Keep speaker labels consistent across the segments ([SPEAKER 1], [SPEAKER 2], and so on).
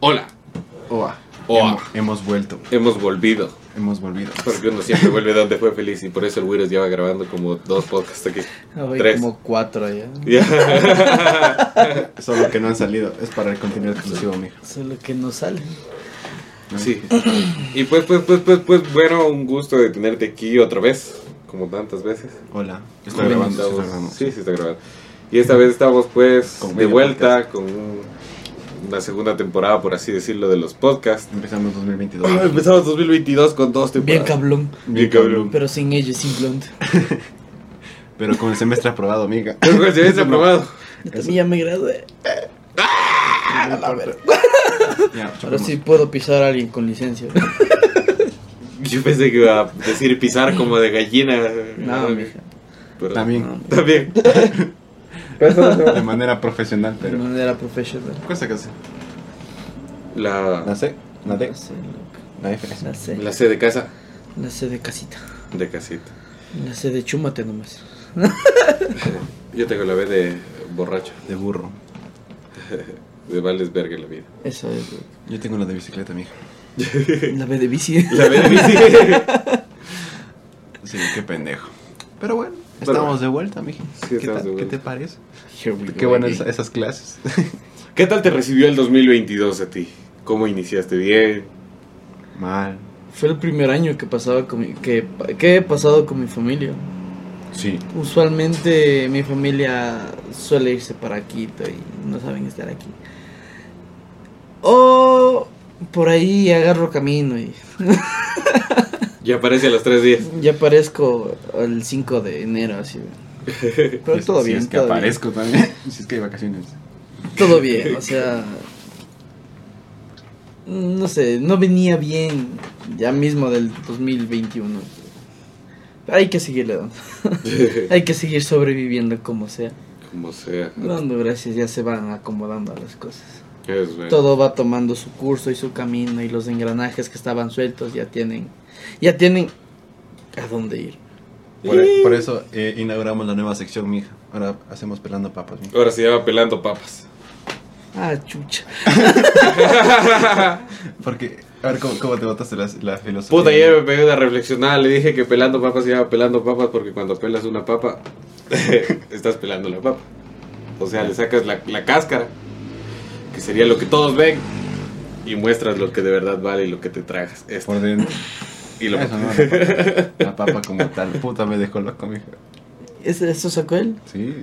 [SPEAKER 1] Hola.
[SPEAKER 2] Oa.
[SPEAKER 1] Oa.
[SPEAKER 2] Hemo- hemos vuelto.
[SPEAKER 1] Hemos volvido.
[SPEAKER 2] Hemos volvido.
[SPEAKER 1] Porque uno siempre vuelve donde fue feliz y por eso el Wiros lleva grabando como dos podcasts aquí.
[SPEAKER 3] Hay
[SPEAKER 1] Tres.
[SPEAKER 3] Ah, como cuatro ya.
[SPEAKER 1] Ya.
[SPEAKER 2] Solo que no han salido. Es para el contenido exclusivo, mijo.
[SPEAKER 3] Solo que no salen.
[SPEAKER 1] Sí. Y pues, pues, pues, pues, pues, bueno, un gusto de tenerte aquí otra vez, como tantas veces.
[SPEAKER 2] Hola. Estoy grabando.
[SPEAKER 1] Estamos-
[SPEAKER 2] estoy grabando.
[SPEAKER 1] Sí, sí está grabando. Y esta vez estamos pues
[SPEAKER 2] Con
[SPEAKER 1] de
[SPEAKER 2] medio
[SPEAKER 1] vuelta con un- una segunda temporada, por así decirlo, de los podcasts.
[SPEAKER 2] Empezamos 2022.
[SPEAKER 1] Ah, empezamos 2022 con dos
[SPEAKER 3] Bien
[SPEAKER 1] temporadas.
[SPEAKER 3] cablón.
[SPEAKER 1] Bien cabrón.
[SPEAKER 3] Pero sin ellos, sin blonde.
[SPEAKER 2] Pero con el semestre aprobado, amiga.
[SPEAKER 1] Pero pues, ya está aprobado.
[SPEAKER 3] Yo también ya me gradué. A la verga.
[SPEAKER 2] Ya,
[SPEAKER 3] Ahora
[SPEAKER 2] chupemos.
[SPEAKER 3] sí puedo pisar a alguien con licencia.
[SPEAKER 1] Yo pensé que iba a decir pisar como de gallina.
[SPEAKER 3] No, mija.
[SPEAKER 1] Pero-
[SPEAKER 2] También.
[SPEAKER 1] También.
[SPEAKER 2] De manera profesional,
[SPEAKER 3] De
[SPEAKER 2] pero.
[SPEAKER 3] manera profesional.
[SPEAKER 2] Cosa que sé. La
[SPEAKER 1] La,
[SPEAKER 2] C, la D,
[SPEAKER 3] La sé, loco.
[SPEAKER 2] la F.
[SPEAKER 3] La sé.
[SPEAKER 1] la C de casa.
[SPEAKER 3] La sé de casita.
[SPEAKER 1] De casita.
[SPEAKER 3] La sé de chúmate nomás.
[SPEAKER 1] Yo tengo la B de borracho.
[SPEAKER 2] De burro.
[SPEAKER 1] De Valesberg la vida.
[SPEAKER 3] Eso es. loco.
[SPEAKER 2] Yo tengo la de bicicleta, mija.
[SPEAKER 3] La B de bici.
[SPEAKER 1] La B de bici.
[SPEAKER 2] Sí, qué pendejo. Pero bueno,
[SPEAKER 1] Pero
[SPEAKER 2] estamos
[SPEAKER 1] bueno.
[SPEAKER 2] de vuelta, mija.
[SPEAKER 1] Sí,
[SPEAKER 2] ¿Qué,
[SPEAKER 1] estamos
[SPEAKER 2] tal?
[SPEAKER 1] de
[SPEAKER 2] ¿Qué
[SPEAKER 1] vuelta.
[SPEAKER 2] te parece?
[SPEAKER 3] Here we
[SPEAKER 2] Qué
[SPEAKER 3] go
[SPEAKER 2] buenas
[SPEAKER 3] again.
[SPEAKER 2] esas clases.
[SPEAKER 1] ¿Qué tal te recibió el 2022 a ti? ¿Cómo iniciaste? ¿Bien?
[SPEAKER 2] Mal.
[SPEAKER 3] Fue el primer año que pasaba con mi- que, que he pasado con mi familia.
[SPEAKER 2] Sí.
[SPEAKER 3] Usualmente mi familia suele irse para Quito y no saben estar aquí. O por ahí agarro camino y
[SPEAKER 1] Ya aparece a los tres días.
[SPEAKER 3] ya aparezco el 5 de enero así. Pero todo
[SPEAKER 2] si
[SPEAKER 3] bien,
[SPEAKER 2] es que
[SPEAKER 3] todo, bien
[SPEAKER 2] aparezco también. Si es que hay vacaciones.
[SPEAKER 3] todo bien, o sea, no sé, no venía bien ya mismo del 2021. Pero hay que seguirle dando. Hay que seguir sobreviviendo como sea.
[SPEAKER 1] como sea.
[SPEAKER 3] Dando gracias, ya se van acomodando a las cosas.
[SPEAKER 1] Es bueno.
[SPEAKER 3] Todo va tomando su curso y su camino y los engranajes que estaban sueltos ya tienen, ya tienen a dónde ir.
[SPEAKER 2] Por, por eso eh, inauguramos la nueva sección, mija. Ahora hacemos pelando papas, mija.
[SPEAKER 1] Ahora se llama pelando papas.
[SPEAKER 3] Ah, chucha.
[SPEAKER 2] Porque, a ver, ¿cómo, cómo te botaste la, la filosofía?
[SPEAKER 1] Puta, ayer me pegué una reflexionada. Le dije que pelando papas se llama pelando papas porque cuando pelas una papa, estás pelando la papa. O sea, le sacas la, la cáscara, que sería lo que todos ven, y muestras lo que de verdad vale y lo que te tragas. Esto.
[SPEAKER 2] Por dentro.
[SPEAKER 1] Y lo
[SPEAKER 2] Eso, no, la, papa, la papa como tal. Puta, me dejó loco, mija.
[SPEAKER 3] ¿Es- ¿Eso sacó él?
[SPEAKER 2] Sí,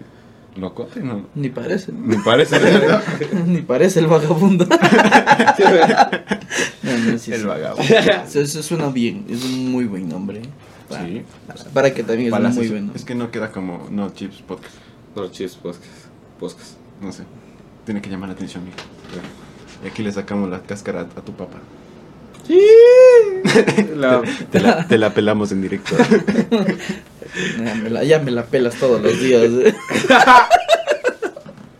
[SPEAKER 2] locote, ¿no?
[SPEAKER 3] Ni parece. ¿no?
[SPEAKER 2] Me parece. ¿eh? ¿no?
[SPEAKER 3] Ni parece el vagabundo. No, no, sí,
[SPEAKER 2] El
[SPEAKER 3] sí.
[SPEAKER 2] vagabundo.
[SPEAKER 3] Eso, eso suena bien, es un muy buen nombre. Para,
[SPEAKER 2] Sí.
[SPEAKER 3] para- para que también es
[SPEAKER 2] Para
[SPEAKER 3] un
[SPEAKER 2] las-
[SPEAKER 3] muy bueno.
[SPEAKER 2] Es que no queda como No Chips Podcast.
[SPEAKER 1] no, chips, podcast. podcast.
[SPEAKER 2] No sé. Tiene que llamar la atención, mija. Y aquí le sacamos la cáscara a, a tu papá.
[SPEAKER 1] La-
[SPEAKER 2] Te la, te la pelamos en directo.
[SPEAKER 3] Ya, me la, ya me la pelas todos los días.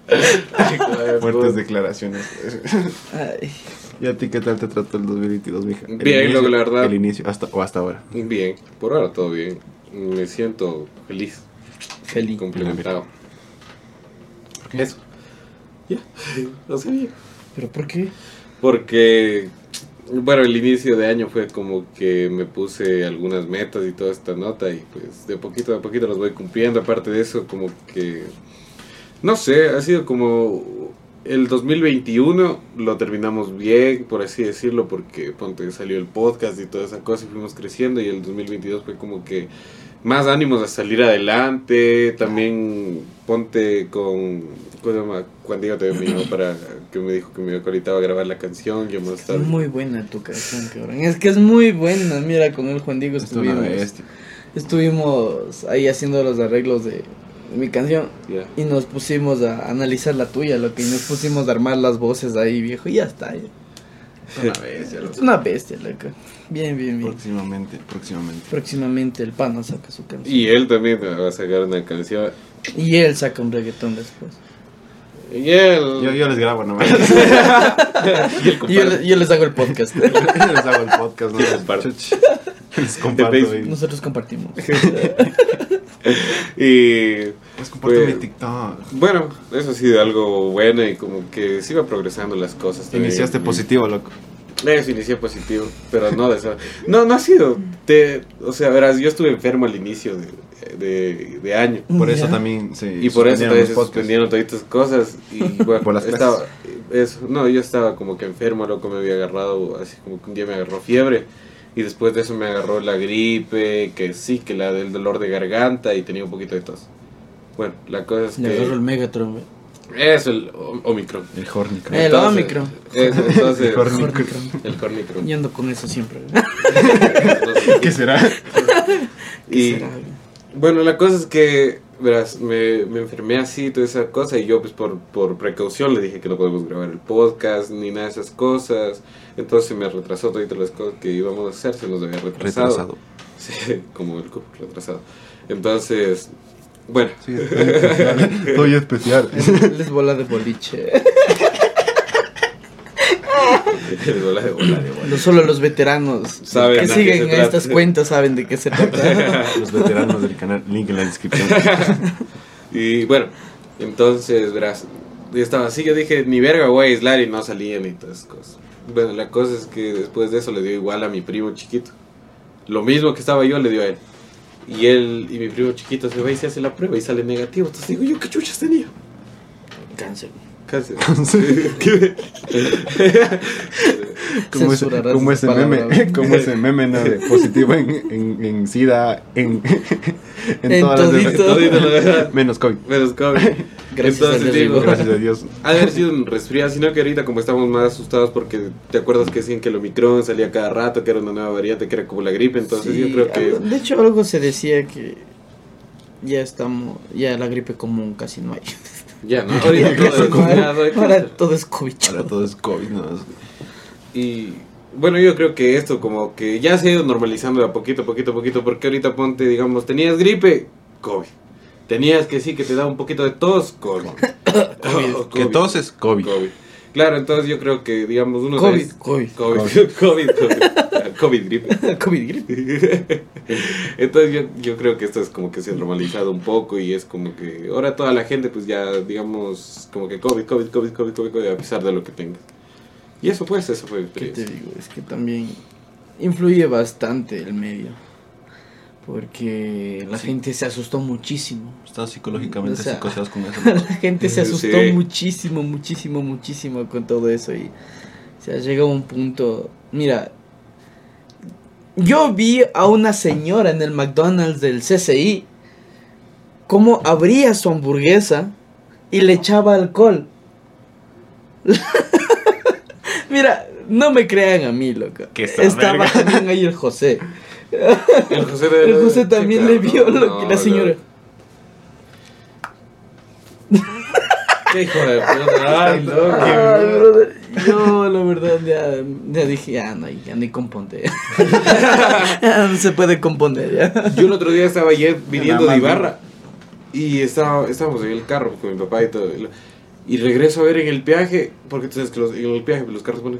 [SPEAKER 3] ¿eh?
[SPEAKER 2] Fuertes declaraciones.
[SPEAKER 3] Ay,
[SPEAKER 2] ¿Y a ti qué tal te trató el 2022, mija? El
[SPEAKER 1] Bien,
[SPEAKER 2] inicio-
[SPEAKER 1] loco, la verdad.
[SPEAKER 2] El inicio hasta, o hasta ahora.
[SPEAKER 1] Mm, Bien, por ahora todo bien. Me siento feliz,
[SPEAKER 3] feliz.
[SPEAKER 1] complementado. Eso. Ya. No sabía.
[SPEAKER 3] ¿Pero por qué?
[SPEAKER 1] Porque, bueno, el inicio de año fue como que me puse algunas metas y toda esta nota y pues de poquito a poquito las voy cumpliendo. Aparte de eso, como que, no sé, ha sido como el 2021 lo terminamos bien, por así decirlo, porque ponte, salió el podcast y toda esa cosa y fuimos creciendo y el 2022 fue como que más ánimos a salir adelante, también ponte con, ¿cómo se llama? Juan Diego también me llamó para, que me dijo que me iba a grabar la canción, yo más tarde.
[SPEAKER 3] Muy buena tu canción, cabrón. Es que es muy buena. Mira, con el Juan Diego
[SPEAKER 2] Esto es una
[SPEAKER 3] estuvimos,
[SPEAKER 2] bestia.
[SPEAKER 3] estuvimos ahí haciendo los arreglos de, de mi canción
[SPEAKER 1] Ya.
[SPEAKER 3] y nos pusimos a analizar la tuya, lo que y nos pusimos a armar las voces ahí, viejo. Y ya está. ya.
[SPEAKER 2] Es una bestia, loco.
[SPEAKER 3] Es una bestia, loco. Bien, bien, bien.
[SPEAKER 2] Próximamente, próximamente.
[SPEAKER 3] Próximamente el pana saca su canción.
[SPEAKER 1] Y él también va a sacar una canción.
[SPEAKER 3] Y él saca un reggaetón después.
[SPEAKER 1] Y él...
[SPEAKER 2] Yo, yo les grabo nomás.
[SPEAKER 1] y él
[SPEAKER 3] Y yo,
[SPEAKER 1] comparte.
[SPEAKER 3] le- yo les hago el podcast.
[SPEAKER 2] yo les hago el podcast, ¿no?
[SPEAKER 1] Yo comparto.
[SPEAKER 2] Chuch. Les comparto.
[SPEAKER 1] Facebook.
[SPEAKER 2] ahí.
[SPEAKER 3] Nosotros compartimos.
[SPEAKER 1] Y
[SPEAKER 2] Pues comparte
[SPEAKER 1] Fue-
[SPEAKER 2] mi TikTok.
[SPEAKER 1] Bueno, eso ha sido algo bueno y como que se iba progresando las cosas. también.
[SPEAKER 2] Iniciaste
[SPEAKER 1] Y-
[SPEAKER 2] positivo, loco.
[SPEAKER 1] Eso inicié positivo, pero no de esa- No, no ha sido. te- o sea, verás, yo estuve enfermo al inicio de, de- de año.
[SPEAKER 2] Por
[SPEAKER 3] Ya.
[SPEAKER 2] eso también se
[SPEAKER 1] Y por eso
[SPEAKER 2] suspendieron
[SPEAKER 1] también
[SPEAKER 2] los
[SPEAKER 1] se
[SPEAKER 2] podcasts.
[SPEAKER 1] suspendieron todas estas cosas. Y bueno,
[SPEAKER 2] Por las
[SPEAKER 1] estaba, eso, no, yo estaba como que enfermo, loco, me había agarrado, así como que un día me agarró fiebre. Y después de eso me agarró la gripe, que sí, que la del dolor de garganta y tenía un poquito de tos. Bueno, la cosa es
[SPEAKER 3] Le agarro el
[SPEAKER 1] que...
[SPEAKER 3] Megatron, güey.
[SPEAKER 1] Es el o- Omicron.
[SPEAKER 2] El Hornic.
[SPEAKER 3] Eh,
[SPEAKER 2] ¿no?
[SPEAKER 3] El
[SPEAKER 1] Entonces-
[SPEAKER 3] Omicron.
[SPEAKER 1] eso, entonces,
[SPEAKER 2] El Hornicron.
[SPEAKER 3] Hornicron.
[SPEAKER 1] el Hornicron.
[SPEAKER 3] Yo ando con eso siempre, güey.
[SPEAKER 1] Entonces,
[SPEAKER 2] ¿Qué será?
[SPEAKER 3] ¿Qué
[SPEAKER 1] y-
[SPEAKER 3] será, güey?
[SPEAKER 1] Bueno, la cosa es que, verás, me, me enfermé así, toda esa cosa, y yo pues por, por precaución le dije que no podemos grabar el podcast ni nada de esas cosas. Entonces se me retrasó todas las cosas que íbamos a hacer, se nos había retrasado.
[SPEAKER 2] Retrasado.
[SPEAKER 1] Sí, como el cupo, retrasado. Entonces, bueno,
[SPEAKER 2] Sí, soy especial.
[SPEAKER 3] Les bola de boliche.
[SPEAKER 1] bola de bola de bola.
[SPEAKER 3] No solo los veteranos
[SPEAKER 1] Saben
[SPEAKER 3] que
[SPEAKER 1] a qué se
[SPEAKER 3] siguen a
[SPEAKER 1] trata.
[SPEAKER 3] estas cuentas saben de qué se trata.
[SPEAKER 2] Los veteranos del canal, link en la descripción.
[SPEAKER 1] Y bueno, entonces, verás, yo estaba así, yo dije, ni verga, voy a aislar y no salía ni todas esas cosas. Bueno, la cosa es que después de eso le dio igual a mi primo chiquito. Lo mismo que estaba yo le dio a él. Y él y mi primo chiquito se va y se hace la prueba y sale negativo. Entonces digo, yo qué chuchas tenía.
[SPEAKER 3] Cáncer.
[SPEAKER 1] Cáncer.
[SPEAKER 2] Como ese,
[SPEAKER 3] Censurarás
[SPEAKER 2] como ese
[SPEAKER 3] esa palabra,
[SPEAKER 2] meme,
[SPEAKER 3] güey.
[SPEAKER 2] como ese meme, ¿no? De positivo en, en, en SIDA, en, en,
[SPEAKER 3] En
[SPEAKER 2] todas las demás-
[SPEAKER 3] todito.
[SPEAKER 1] Todito, la verdad.
[SPEAKER 2] Menos COVID.
[SPEAKER 1] Menos COVID.
[SPEAKER 3] Gracias al
[SPEAKER 1] Entonces
[SPEAKER 3] riesgo.
[SPEAKER 1] digo,
[SPEAKER 2] Gracias a Dios.
[SPEAKER 1] Ha de haber sido un resfriado, sino que ahorita como estamos más asustados porque te acuerdas que decían que el Omicron salía cada rato, que era una nueva variante, que era como la gripe, entonces
[SPEAKER 3] Sí,
[SPEAKER 1] yo creo que...
[SPEAKER 3] algo- de hecho algo se decía que ya estamos ya la gripe común casi no hay.
[SPEAKER 1] Ya, ¿no? Ahorita todo es confinado, hay
[SPEAKER 3] Ahora
[SPEAKER 1] cosas.
[SPEAKER 3] todo es COVID.
[SPEAKER 2] Ahora todo es COVID, ¿no?
[SPEAKER 1] Y bueno, yo creo que esto como que ya se ha ido normalizando de a poquito, poquito, poquito, porque ahorita ponte, digamos, tenías gripe, COVID. Tenías que sí, que te da un poquito de tos, COVID. Oh,
[SPEAKER 2] Que todos es COVID.
[SPEAKER 1] COVID. Claro, entonces yo creo que, digamos, uno...
[SPEAKER 3] COVID,
[SPEAKER 1] es-
[SPEAKER 3] COVID.
[SPEAKER 1] COVID, COVID, COVID, COVID gripe.
[SPEAKER 3] COVID gripe.
[SPEAKER 1] Entonces yo, yo creo que esto es como que se ha normalizado un poco y es como que ahora toda la gente pues ya digamos como que COVID, COVID, COVID, COVID, COVID, COVID, a pesar de lo que tengas. Y eso pues, eso fue mi
[SPEAKER 3] ¿Qué te
[SPEAKER 1] experiencia.
[SPEAKER 3] digo? Es que también influye bastante el medio. Porque la gente se asustó muchísimo.
[SPEAKER 2] Estás psicológicamente
[SPEAKER 3] O sea,
[SPEAKER 2] psicoseados con eso.
[SPEAKER 3] La gente se asustó
[SPEAKER 1] Sí.
[SPEAKER 3] muchísimo, muchísimo, muchísimo con todo eso y o sea, llega un punto, mira, yo vi a una señora en el McDonald's del CCI cómo abría su hamburguesa y le echaba alcohol. mira, no me crean a mí, loco.
[SPEAKER 2] Que esa
[SPEAKER 3] Estaba
[SPEAKER 2] verga.
[SPEAKER 3] también ahí el José.
[SPEAKER 1] El José, de-
[SPEAKER 3] El José también
[SPEAKER 1] Qué
[SPEAKER 3] le vio
[SPEAKER 1] cabrón,
[SPEAKER 3] lo que la
[SPEAKER 1] no,
[SPEAKER 3] señora.
[SPEAKER 1] Qué hijo de puta. Ay, no, qué-
[SPEAKER 3] Ay, brother, yo la verdad ya, ya dije, ah, no, hay- ya ni componte. Ya no se puede componer ya.
[SPEAKER 1] Yo el otro día estaba ayer viniendo
[SPEAKER 2] Nada más,
[SPEAKER 1] de Ibarra y estaba, estábamos en el carro con mi papá y todo. y lo- Y regreso a ver en el peaje, porque tú sabes que los- en el peaje los carros ponen.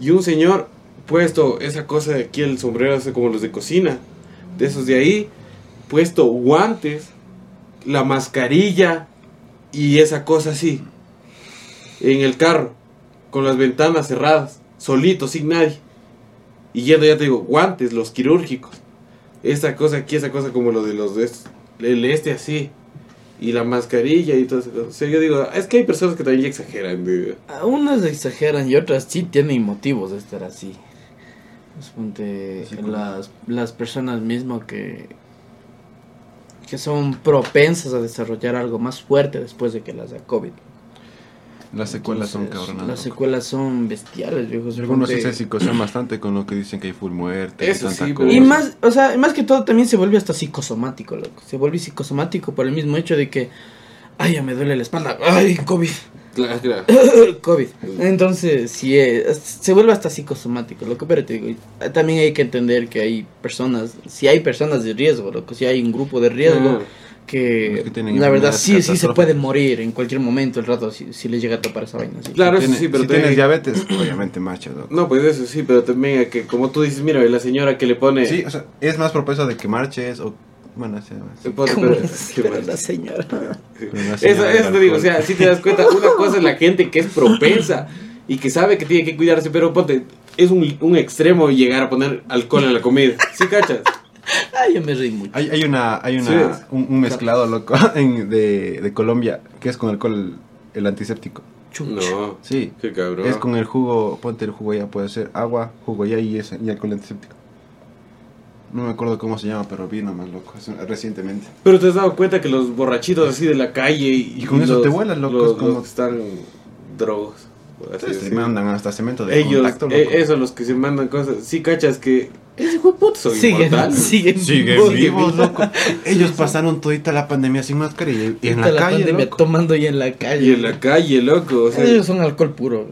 [SPEAKER 1] Y un señor puesto esa cosa de aquí, el sombrero, hace como los de cocina, de esos de ahí, puesto guantes, la mascarilla y esa cosa así, en el carro, con las ventanas cerradas, solito, sin nadie. Y yendo ya te digo, guantes, los quirúrgicos esa cosa aquí, esa cosa como lo de los de estos, el este así, y la mascarilla y todo eso. O sea, yo digo, es que hay personas que también ya exageran, digo.
[SPEAKER 3] Ah, Unas exageran y otras sí tienen motivos de estar así. Pues, ponte,
[SPEAKER 2] Sí, como-
[SPEAKER 3] las, las personas mismo que, que son propensas a desarrollar algo más fuerte después de que las da COVID.
[SPEAKER 2] Las secuelas son
[SPEAKER 3] Entonces,
[SPEAKER 2] cabronas.
[SPEAKER 3] Las
[SPEAKER 2] loco.
[SPEAKER 3] secuelas son bestiales, viejos.
[SPEAKER 2] Algunos sí
[SPEAKER 3] Ponte-
[SPEAKER 2] se psicosean bastante con lo que dicen que hay full muerte.
[SPEAKER 1] Eso
[SPEAKER 2] y tanta
[SPEAKER 1] sí, pero-
[SPEAKER 2] cosa.
[SPEAKER 3] Y más, o sea, más que todo también se vuelve hasta psicosomático, loco. Se vuelve psicosomático por el mismo hecho de que, ay, ya me duele la espalda, ay, COVID,
[SPEAKER 1] Claro, claro.
[SPEAKER 3] COVID. Entonces, sí, eh, se vuelve hasta psicosomático, loco, pero te digo, y también hay que entender que hay personas, si hay personas de riesgo, loco, si hay un grupo de riesgo
[SPEAKER 1] Ah.
[SPEAKER 2] Los
[SPEAKER 3] que,
[SPEAKER 2] que tienen
[SPEAKER 3] la verdad,
[SPEAKER 2] enfermedades
[SPEAKER 3] sí, sí se
[SPEAKER 2] catastróficas.
[SPEAKER 3] puede morir en cualquier momento el rato si, si le llega a topar esa vaina. sí.
[SPEAKER 1] Claro, eso
[SPEAKER 2] Tiene-
[SPEAKER 1] sí, pero
[SPEAKER 2] si
[SPEAKER 1] también-
[SPEAKER 2] tienes diabetes, obviamente marcha, loco.
[SPEAKER 1] No, pues eso sí, pero también a que, como tú dices, mira, la señora que le pone.
[SPEAKER 2] Sí, o sea, es más propenso de que marches o Bueno, se llama así.
[SPEAKER 1] Puta,
[SPEAKER 3] ¿Cómo
[SPEAKER 1] pero-
[SPEAKER 3] es?
[SPEAKER 1] qué
[SPEAKER 3] Pero
[SPEAKER 1] mal.
[SPEAKER 3] la señora.
[SPEAKER 2] Pero una
[SPEAKER 1] Eso,
[SPEAKER 2] señora del
[SPEAKER 1] eso te digo, o
[SPEAKER 2] alcohol.
[SPEAKER 1] sea, si te das cuenta, una cosa es la gente que es propensa y que sabe que tiene que cuidarse, pero ponte, es un, un extremo llegar a poner alcohol en la comida. ¿Sí cachas?
[SPEAKER 3] Ay, yo me reí mucho.
[SPEAKER 2] Hay, hay una, hay
[SPEAKER 1] Sí,
[SPEAKER 2] una,
[SPEAKER 1] es.
[SPEAKER 2] un, un mezclado loco en- de, de Colombia que es con alcohol el antiséptico.
[SPEAKER 3] Chucha.
[SPEAKER 1] No,
[SPEAKER 2] Sí,
[SPEAKER 1] qué cabrón.
[SPEAKER 2] es con el jugo, ponte el jugo ya, puede ser agua, jugo ya y, ese, y alcohol antiséptico. No me acuerdo cómo se llama, pero vino más loco, es un- recientemente.
[SPEAKER 1] Pero te has dado cuenta que los borrachitos así de la calle y,
[SPEAKER 2] Y con eso te vuelan, loco,
[SPEAKER 1] los-
[SPEAKER 2] es como-
[SPEAKER 1] los que están drogos. por así
[SPEAKER 2] Entonces te
[SPEAKER 1] decirlo.
[SPEAKER 2] mandan hasta cemento de
[SPEAKER 1] Ellos,
[SPEAKER 2] contacto, loco.
[SPEAKER 1] eh, esos los que se mandan cosas. Sí, cachas que. Ese puto soy
[SPEAKER 3] Siguen,
[SPEAKER 1] inmortal.
[SPEAKER 3] siguen,
[SPEAKER 2] Siguen
[SPEAKER 3] vivos.
[SPEAKER 2] vivos, loco. Ellos pasaron todita la pandemia sin máscara y, y en
[SPEAKER 3] Puta,
[SPEAKER 2] la, calle,
[SPEAKER 3] pandemia,
[SPEAKER 2] loco.
[SPEAKER 3] tomando y en la calle.
[SPEAKER 1] Y en la calle, loco. o sea,
[SPEAKER 3] Ellos son alcohol puro.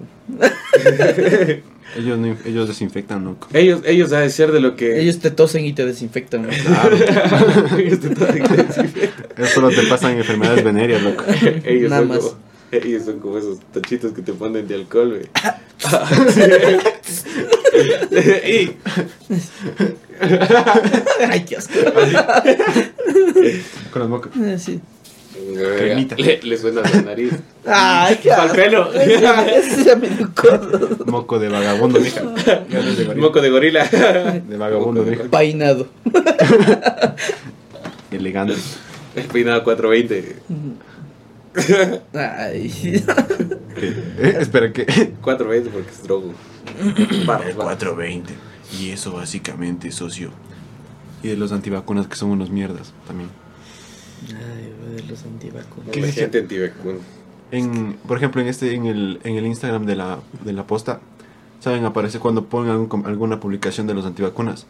[SPEAKER 2] Ellos, no inf- ellos desinfectan, loco.
[SPEAKER 1] ellos, ellos a ser de lo que.
[SPEAKER 3] Ellos te tosen y te desinfectan. güey.
[SPEAKER 1] Ellos te tratan de decir.
[SPEAKER 2] Ellos solo te pasan enfermedades venéreas, loco.
[SPEAKER 1] Ellos
[SPEAKER 3] Nada
[SPEAKER 1] son
[SPEAKER 3] más.
[SPEAKER 1] Como, ellos son como esos tachitos que te ponen de alcohol, güey. y
[SPEAKER 3] Ay, qué asco.
[SPEAKER 2] Con las bocas.
[SPEAKER 3] Eh, sí.
[SPEAKER 2] Cremita.
[SPEAKER 1] le, le suena la nariz.
[SPEAKER 3] Ay, qué
[SPEAKER 1] Pa'l pelo.
[SPEAKER 3] Ese ya me dio codo.
[SPEAKER 2] Moco de vagabundo, mija. Ganas de gorila.
[SPEAKER 1] Moco de gorila.
[SPEAKER 2] De vagabundo,
[SPEAKER 1] Moco de
[SPEAKER 2] mija.
[SPEAKER 3] Painado.
[SPEAKER 2] Elegante.
[SPEAKER 1] El peinado 420.
[SPEAKER 3] Ay.
[SPEAKER 2] Eh, espera, ¿qué?
[SPEAKER 1] 420 porque es drogo. Barro, barro.
[SPEAKER 2] 420. Y eso básicamente, socio. Y de los antivacunas que son unos mierdas también.
[SPEAKER 3] Ay, güey, de los antivacunas.
[SPEAKER 2] ¿Qué
[SPEAKER 1] La
[SPEAKER 2] dice?
[SPEAKER 1] gente antivacuna.
[SPEAKER 2] En, por ejemplo, en este, en el, en el Instagram de la, de la posta, saben, aparece cuando pongan algún com- alguna publicación de los antivacunas.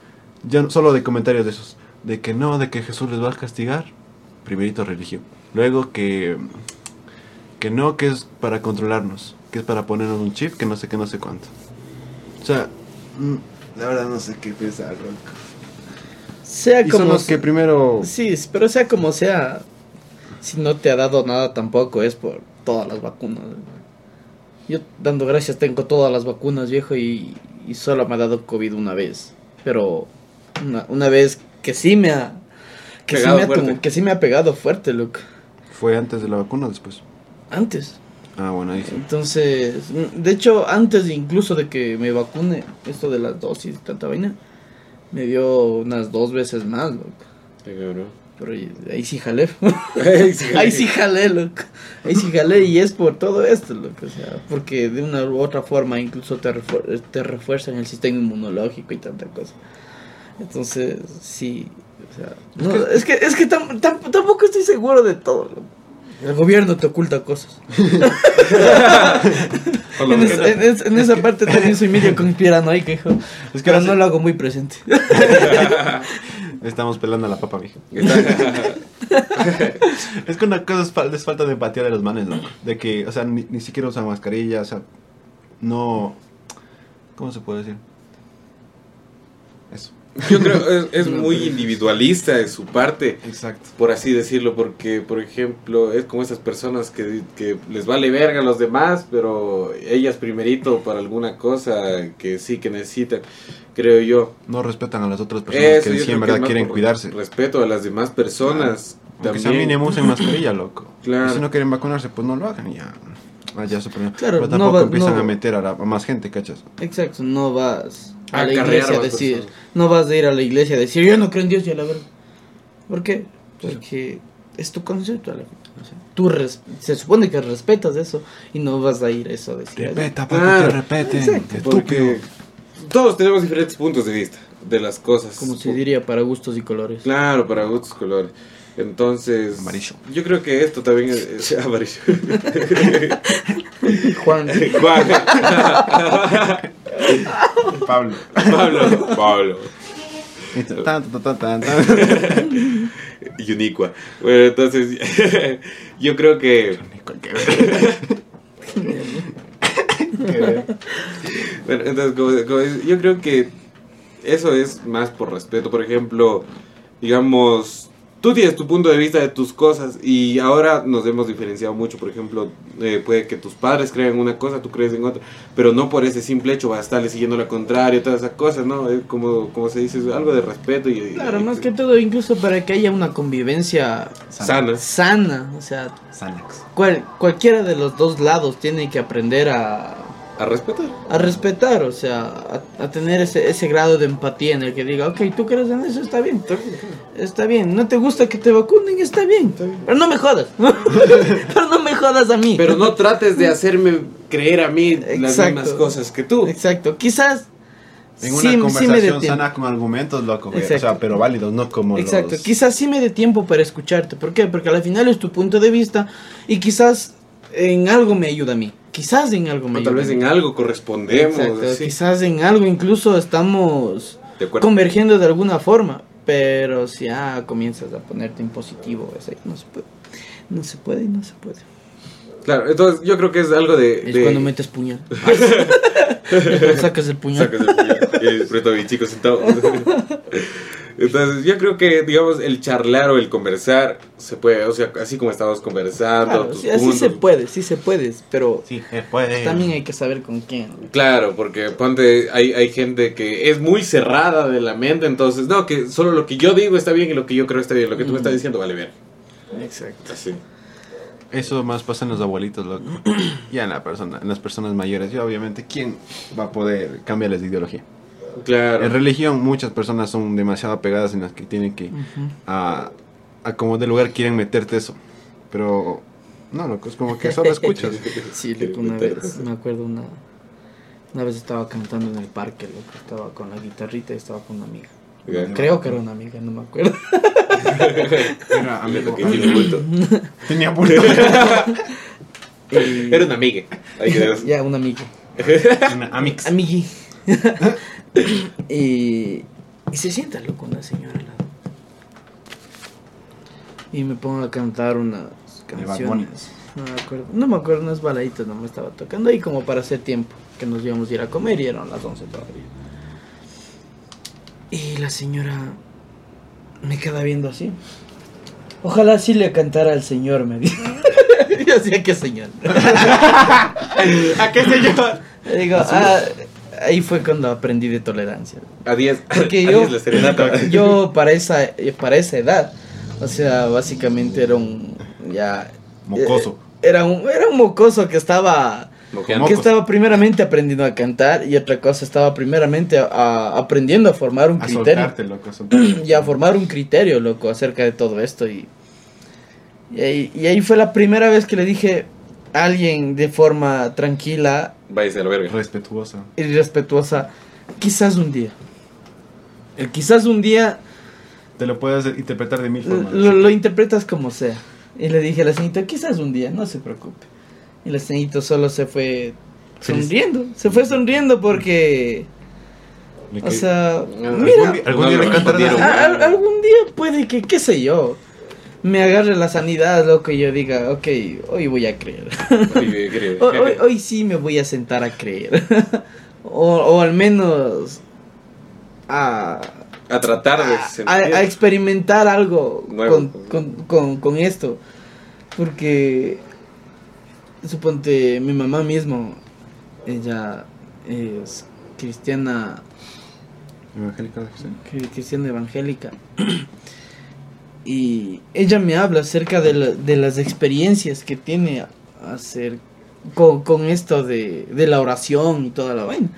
[SPEAKER 2] Ya no- solo de comentarios de esos. De que no, de que Jesús les va a castigar. Primerito religión. Luego que. Que no, que es para controlarnos. Que es para ponernos un chip, que no sé qué, no sé cuánto. O sea, mm, la verdad no sé qué pensar, loco.
[SPEAKER 3] Sea
[SPEAKER 2] Y son
[SPEAKER 3] como.
[SPEAKER 2] los que primero.
[SPEAKER 3] Sí, pero sea como sea. Si no te ha dado nada tampoco es por todas las vacunas. Yo dando gracias tengo todas las vacunas, viejo, y, y solo me ha dado COVID una vez. Pero una, una vez que sí me ha. Que sí
[SPEAKER 1] Pegado
[SPEAKER 3] me ha,
[SPEAKER 1] fuerte.
[SPEAKER 3] tu- que sí me ha pegado fuerte, loco.
[SPEAKER 2] ¿Fue antes de la vacuna o después?
[SPEAKER 3] Antes.
[SPEAKER 2] Ah, bueno, ahí sí.
[SPEAKER 3] Entonces, mm, de hecho, antes incluso de que me vacune, esto de las dosis y tanta vaina, me dio unas dos veces más, loco.
[SPEAKER 1] Qué cabrón.
[SPEAKER 3] Pero ahí ahí sí jalé. Ahí sí jalé, loco. Ahí sí jalé y es por todo esto, loco. O sea, porque de una u otra forma incluso te, refuer- te refuerzan el sistema inmunológico y tanta cosa. Entonces, sí. O sea, no, es que, es que tam- tam- tampoco estoy seguro de todo, loco. El gobierno te oculta cosas.
[SPEAKER 1] Por lo
[SPEAKER 3] En,
[SPEAKER 1] menos.
[SPEAKER 3] es- en es- en esa parte también soy medio conspiranoico, hijo.
[SPEAKER 2] Es que
[SPEAKER 3] Pero
[SPEAKER 2] ahora
[SPEAKER 3] no
[SPEAKER 2] sí-
[SPEAKER 3] lo hago muy presente.
[SPEAKER 2] estamos pelando a la papa, mija.
[SPEAKER 1] Está-
[SPEAKER 2] Es que una cosa es, fal- es falta de empatía de los manes, loco. De que, o sea, ni, ni siquiera usan mascarilla, o sea, no. ¿Cómo se puede decir? Eso.
[SPEAKER 1] Yo creo es, es muy individualista de su parte.
[SPEAKER 2] Exacto.
[SPEAKER 1] por así decirlo, porque, por ejemplo, es como esas personas que, que les vale verga a los demás, pero ellas primerito para alguna cosa que sí que necesitan, creo yo.
[SPEAKER 2] No respetan a las otras personas
[SPEAKER 1] Eso,
[SPEAKER 2] que
[SPEAKER 1] yo
[SPEAKER 2] sí, en
[SPEAKER 1] creo que es
[SPEAKER 2] verdad
[SPEAKER 1] más
[SPEAKER 2] quieren
[SPEAKER 1] por
[SPEAKER 2] cuidarse.
[SPEAKER 1] Respeto a las demás personas.
[SPEAKER 2] Aunque sea
[SPEAKER 1] también.
[SPEAKER 2] mínimo usen mascarilla, loco.
[SPEAKER 1] Claro.
[SPEAKER 2] Y si no quieren vacunarse, pues no lo hagan, ya. Ah, ya se ponen.
[SPEAKER 3] Claro,
[SPEAKER 2] Pero
[SPEAKER 3] no
[SPEAKER 2] tampoco
[SPEAKER 3] va-
[SPEAKER 2] empiezan
[SPEAKER 3] no-
[SPEAKER 2] a meter a, la- a más gente, ¿cachas?
[SPEAKER 3] Exacto, no vas a,
[SPEAKER 1] A
[SPEAKER 3] la
[SPEAKER 1] acarrear
[SPEAKER 3] iglesia a
[SPEAKER 1] a las
[SPEAKER 3] decir,
[SPEAKER 1] personas.
[SPEAKER 3] no vas a ir a la iglesia a decir, yo no creo en Dios, ya la verdad. ¿Por qué? Porque es tu concepto. a la fin. O sea, tú res- se supone que respetas eso y no vas a ir a eso a decir.
[SPEAKER 2] Respeta, para que
[SPEAKER 1] Claro.
[SPEAKER 2] te respeten.
[SPEAKER 3] Exacto,
[SPEAKER 2] Estúpido.
[SPEAKER 1] Porque todos tenemos diferentes puntos de vista de las cosas.
[SPEAKER 3] Como se diría, para gustos y colores.
[SPEAKER 1] Claro, para gustos colores. Entonces,
[SPEAKER 2] Amarillo.
[SPEAKER 1] yo creo que esto también es, es amarillo.
[SPEAKER 3] Juan,
[SPEAKER 1] Juan.
[SPEAKER 2] Pablo.
[SPEAKER 1] Pablo, Pablo.
[SPEAKER 2] Tan, tan, tan, tan, tan.
[SPEAKER 1] Unicua. Bueno, entonces, yo creo que. Bueno, entonces, como- como es- yo creo que eso es más por respeto. Por ejemplo, digamos, tú tienes tu punto de vista de tus cosas y ahora nos hemos diferenciado mucho. Por ejemplo, eh, puede que tus padres crean una cosa, tú crees en otra, pero no por ese simple hecho vas a estarle siguiendo la contraria, todas esas cosas, ¿no? Es como, como se dice, es algo de respeto y... y-
[SPEAKER 3] Claro,
[SPEAKER 1] y-
[SPEAKER 3] más que todo, incluso para que haya una convivencia
[SPEAKER 1] Sana.
[SPEAKER 3] sana. O sea,
[SPEAKER 4] Sanax.
[SPEAKER 3] cual- cualquiera de los dos lados tiene que aprender a,
[SPEAKER 1] A respetar.
[SPEAKER 3] a respetar, o sea, a, a tener ese, ese grado de empatía en el que diga, ok, tú crees en eso, está bien, está bien, no te gusta que te vacunen, está bien, pero no me jodas, pero no me jodas a mí.
[SPEAKER 1] Pero no trates de hacerme creer a mí las
[SPEAKER 3] Exacto.
[SPEAKER 1] mismas cosas que tú.
[SPEAKER 3] Exacto, quizás...
[SPEAKER 2] En una
[SPEAKER 3] sí- sí me
[SPEAKER 2] conversación
[SPEAKER 3] detiene.
[SPEAKER 2] sana con argumentos, loco, güey. O sea,
[SPEAKER 3] Exacto.
[SPEAKER 2] pero válidos, no como
[SPEAKER 3] Exacto,
[SPEAKER 2] los...
[SPEAKER 3] quizás sí me dé tiempo para escucharte. ¿Por qué? Porque al final es tu punto de vista y quizás en algo me ayuda a mí. Quizás en algo me
[SPEAKER 1] O tal
[SPEAKER 3] ayuda.
[SPEAKER 1] vez
[SPEAKER 3] a mí.
[SPEAKER 1] en algo correspondemos.
[SPEAKER 3] Exacto,
[SPEAKER 1] así.
[SPEAKER 3] Quizás en algo incluso estamos
[SPEAKER 1] ¿De acuerdo?
[SPEAKER 3] convergiendo de alguna forma. Pero si ya comienzas a ponerte impositivo, es ahí, no se puede. No se puede, no se puede.
[SPEAKER 1] Claro, entonces yo creo que es algo de...
[SPEAKER 3] Es
[SPEAKER 1] de-
[SPEAKER 3] cuando metes puñal. Es cuando sacas el puñal.
[SPEAKER 1] Sacas el puñal y disfruta mi chico sentado. Entonces, yo creo que, digamos, el charlar o el conversar se puede, o sea, así como estamos conversando,
[SPEAKER 3] Claro,
[SPEAKER 1] tus
[SPEAKER 3] sí, así
[SPEAKER 1] puntos.
[SPEAKER 3] se puede, sí se puede. Pero
[SPEAKER 2] Sí, eh, puede.
[SPEAKER 3] también hay que saber con quién.
[SPEAKER 1] Claro, porque ponte, hay, hay gente que es muy cerrada de la mente, entonces, no, que solo lo que yo digo está bien y lo que yo creo está bien, lo que tú me estás diciendo vale bien.
[SPEAKER 3] Exacto.
[SPEAKER 1] Así.
[SPEAKER 2] Eso más pasa en los abuelitos, loco. ya en, la persona, en las personas mayores. Yo, obviamente, ¿quién va a poder cambiarles de ideología? En
[SPEAKER 1] Claro.
[SPEAKER 2] religión, muchas personas son demasiado apegadas en las que tienen que... A, a como de lugar quieren meterte eso. Pero... No, loco, es como que solo escuchas.
[SPEAKER 3] Sí, loco, una vez, me acuerdo una, una vez estaba cantando en el parque, loco, estaba con la guitarrita y estaba con una amiga.
[SPEAKER 1] Ya.
[SPEAKER 3] Creo que era una amiga, no me acuerdo.
[SPEAKER 2] Era
[SPEAKER 1] Lo
[SPEAKER 2] amigo.
[SPEAKER 1] que tiene bulto.
[SPEAKER 2] Tenía bulto.
[SPEAKER 1] Era una amiga. Hay que decirlo.
[SPEAKER 3] ya, una amiga.
[SPEAKER 2] Una amix.
[SPEAKER 3] Amigui. y, y se sienta, loco, una señora al lado. Y me pongo a cantar unas
[SPEAKER 2] De Bad Bunny.
[SPEAKER 3] canciones. No me acuerdo, no me acuerdo, unas baladitas no me estaba tocando ahí como para hacer tiempo, que nos íbamos a ir a comer y eran las 11 todavía. Y la señora me queda viendo así. Ojalá sí le cantara al señor, me dijo. y así, ¿a qué señor?
[SPEAKER 1] ¿A qué se llama?
[SPEAKER 3] Le Digo, ah, ahí fue cuando aprendí de tolerancia.
[SPEAKER 1] A 10.
[SPEAKER 3] Porque
[SPEAKER 1] a
[SPEAKER 3] yo,
[SPEAKER 1] 10 la serenata.
[SPEAKER 3] yo para esa, para esa edad, o sea, básicamente era un, ya,
[SPEAKER 2] Mocoso.
[SPEAKER 3] era un, era un mocoso que estaba,
[SPEAKER 1] Moqueando.
[SPEAKER 3] que
[SPEAKER 2] Mocos.
[SPEAKER 3] estaba primeramente aprendiendo a cantar y otra cosa estaba primeramente a- a- aprendiendo a formar un
[SPEAKER 2] A
[SPEAKER 3] criterio
[SPEAKER 2] soltarte, loco, a soltarte.
[SPEAKER 3] y a formar un criterio, loco, acerca de todo esto y, y ahí, y ahí fue la primera vez que le dije a alguien de forma tranquila
[SPEAKER 1] Váyase a la verga.
[SPEAKER 2] Respetuosa.
[SPEAKER 3] y respetuosa, quizás un día. El quizás un día
[SPEAKER 2] Te lo puedes interpretar de mil formas.
[SPEAKER 3] lo, lo interpretas como sea. Y le dije a la señorita, quizás un día, no se preocupe. Y la señorita solo se fue
[SPEAKER 2] Feliz.
[SPEAKER 3] sonriendo, se fue sonriendo porque,
[SPEAKER 2] Le
[SPEAKER 3] o
[SPEAKER 2] que-
[SPEAKER 3] sea,
[SPEAKER 1] ¿Algún
[SPEAKER 3] mira,
[SPEAKER 2] día- Ah, algún día
[SPEAKER 1] No
[SPEAKER 2] le
[SPEAKER 1] lo
[SPEAKER 2] cantarás.
[SPEAKER 1] respondieron.
[SPEAKER 3] a- a- algún día puede que, qué sé yo, me agarre la sanidad, loco, y yo diga, ok, hoy voy a creer.
[SPEAKER 1] Oye, querido.
[SPEAKER 3] Hoy, hoy- hoy sí me voy a sentar a creer. o, o al menos ah, a,
[SPEAKER 1] A tratar de
[SPEAKER 3] a,
[SPEAKER 1] sentir.
[SPEAKER 3] a experimentar algo
[SPEAKER 1] Nuevo.
[SPEAKER 3] con, con- con- con esto. Porque, suponte, mi mamá mismo, ella es cristiana,
[SPEAKER 2] Evangélica, sí.
[SPEAKER 3] cri- cristiana evangélica. Y ella me habla acerca de, la- de las experiencias que tiene hacer con, con esto de, de la oración y toda la vaina.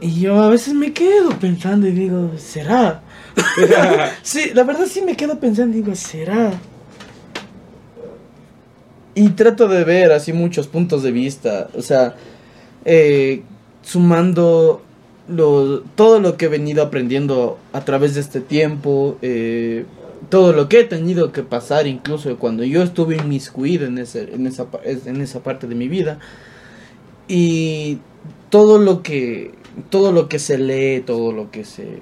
[SPEAKER 3] Y yo a veces me quedo pensando y digo, ¿será? Sí, la verdad sí me quedo pensando, digo, ¿será? Y trato de ver así muchos puntos de vista, o sea, eh, sumando lo- todo lo que he venido aprendiendo a través de este tiempo, eh, todo lo que he tenido que pasar, incluso cuando yo estuve inmiscuido en, ese, en, esa, pa- en esa parte de mi vida, y todo lo que... Todo lo que se lee, todo lo que se...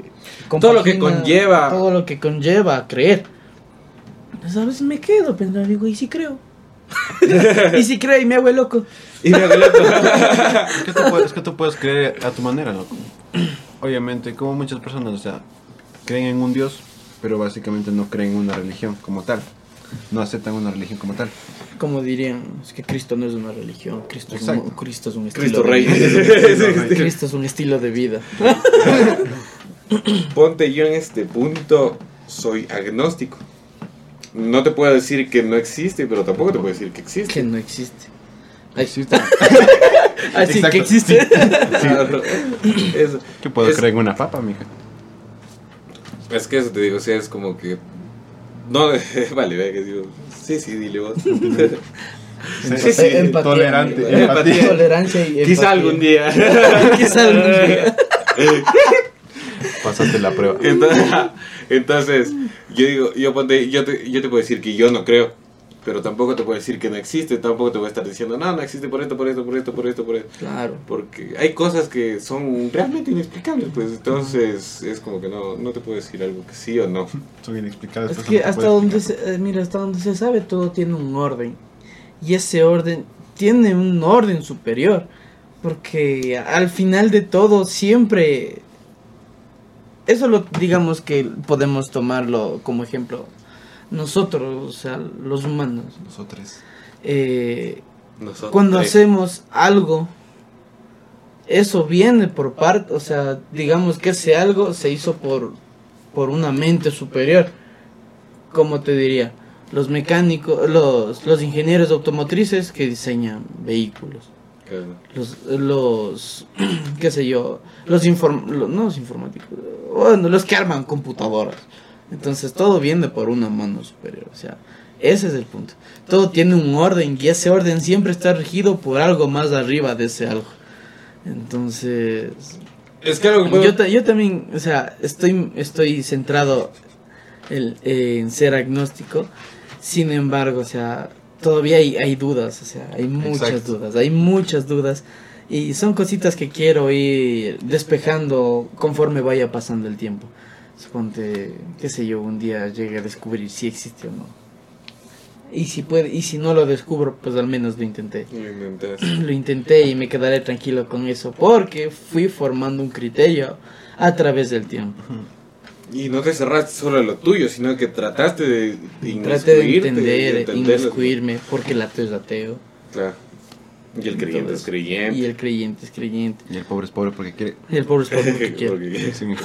[SPEAKER 1] Todo lo que
[SPEAKER 3] compagina,
[SPEAKER 1] conlleva.
[SPEAKER 3] Todo lo que conlleva creer. Entonces a veces me quedo pensando, digo, ¿y si creo? ¿Y si creo y me hago el loco?
[SPEAKER 1] Y me
[SPEAKER 2] Es que, tú puedes, es que tú puedes creer a tu manera, loco. Obviamente, como muchas personas, o sea, creen en un Dios, pero básicamente no creen en una religión como tal. No aceptan una religión como tal.
[SPEAKER 3] Como dirían, es que Cristo no es una religión, Cristo, es
[SPEAKER 2] Exacto.
[SPEAKER 3] un, Cristo es un
[SPEAKER 1] Cristo
[SPEAKER 3] estilo de
[SPEAKER 1] Rey.
[SPEAKER 3] vida.
[SPEAKER 1] Sí, sí.
[SPEAKER 3] Cristo es un estilo de vida.
[SPEAKER 1] Ponte yo en este punto, soy agnóstico. No te puedo decir que no existe, pero tampoco te puedo decir que existe.
[SPEAKER 3] Que no existe. Ay,
[SPEAKER 2] Existe.
[SPEAKER 3] Así
[SPEAKER 2] Exacto.
[SPEAKER 3] que existe.
[SPEAKER 1] Claro. Eso.
[SPEAKER 2] Yo puedo
[SPEAKER 1] Es-
[SPEAKER 2] creer en una papa, mija.
[SPEAKER 1] Es que eso te digo, o sea, es como que... No, vale, ve que digo, sí, sí, dile vos. Sí, sí,
[SPEAKER 2] tolerante,
[SPEAKER 3] amigo.
[SPEAKER 1] empatía.
[SPEAKER 3] Empatía, Tolerancia y
[SPEAKER 1] Quizá
[SPEAKER 3] empatía.
[SPEAKER 1] algún día.
[SPEAKER 3] Quizá algún día.
[SPEAKER 2] Pasaste la prueba.
[SPEAKER 1] Entonces, entonces, yo digo, yo ponte, yo te, yo te puedo decir que yo no creo, pero tampoco te puedo decir que no existe, tampoco te voy a estar diciendo, no, no existe por esto, por esto, por esto, por esto, por esto.
[SPEAKER 3] Claro.
[SPEAKER 1] Porque hay cosas que son realmente inexplicables, pues entonces es como que no, no te puedo decir algo que sí o no.
[SPEAKER 2] Son inexplicables.
[SPEAKER 3] Es
[SPEAKER 2] pues,
[SPEAKER 3] que
[SPEAKER 2] no se
[SPEAKER 3] hasta
[SPEAKER 2] puede
[SPEAKER 3] donde
[SPEAKER 2] explicar.
[SPEAKER 3] se, eh, mira, hasta donde se sabe todo tiene un orden. Y ese orden tiene un orden superior. Porque al final de todo siempre... Eso lo digamos que podemos tomarlo como ejemplo nosotros, o sea, los humanos.
[SPEAKER 2] Nosotros.
[SPEAKER 3] Eh,
[SPEAKER 1] Nosotros
[SPEAKER 3] cuando
[SPEAKER 1] tres.
[SPEAKER 3] hacemos algo, eso viene por parte, o sea, digamos que ese algo se hizo por, por una mente superior. Como te diría, los mecánicos, los, los ingenieros automotrices que diseñan vehículos.
[SPEAKER 1] Claro.
[SPEAKER 3] Los, los qué sé yo, los, inform, lo- no los informáticos, bueno, los que arman computadoras. Entonces todo viene por una mano superior, o sea, ese es el punto. Todo tiene un orden y ese orden siempre está regido por algo más arriba de ese algo. Entonces,
[SPEAKER 1] Es que algo que puedo-
[SPEAKER 3] yo, ta- yo también, o sea, estoy, estoy centrado el- en ser agnóstico, sin embargo, o sea, todavía hay, hay dudas, o sea, hay muchas
[SPEAKER 2] Exacto.
[SPEAKER 3] dudas, hay muchas dudas. Y son cositas que quiero ir despejando conforme vaya pasando el tiempo. Suponte, qué sé yo, un día llegue a descubrir si existe o no. Y si puede, y si no lo descubro, pues al menos lo intenté
[SPEAKER 1] Lo inventas.
[SPEAKER 3] lo intenté y me quedaré tranquilo con eso porque fui formando un criterio a través del tiempo.
[SPEAKER 1] Y no te cerraste solo a lo tuyo, sino que trataste de
[SPEAKER 3] Traté de
[SPEAKER 1] inmiscuirte,
[SPEAKER 3] entender,
[SPEAKER 1] entenderlo.
[SPEAKER 3] inmiscuirme porque el ateo es ateo
[SPEAKER 1] Claro. Y el creyente es
[SPEAKER 3] Entonces,
[SPEAKER 1] creyente.
[SPEAKER 3] y el creyente es creyente.
[SPEAKER 2] Y el pobre es pobre porque quiere.
[SPEAKER 3] Y el pobre es pobre porque quiere.
[SPEAKER 1] Porque-
[SPEAKER 2] Sí, mija.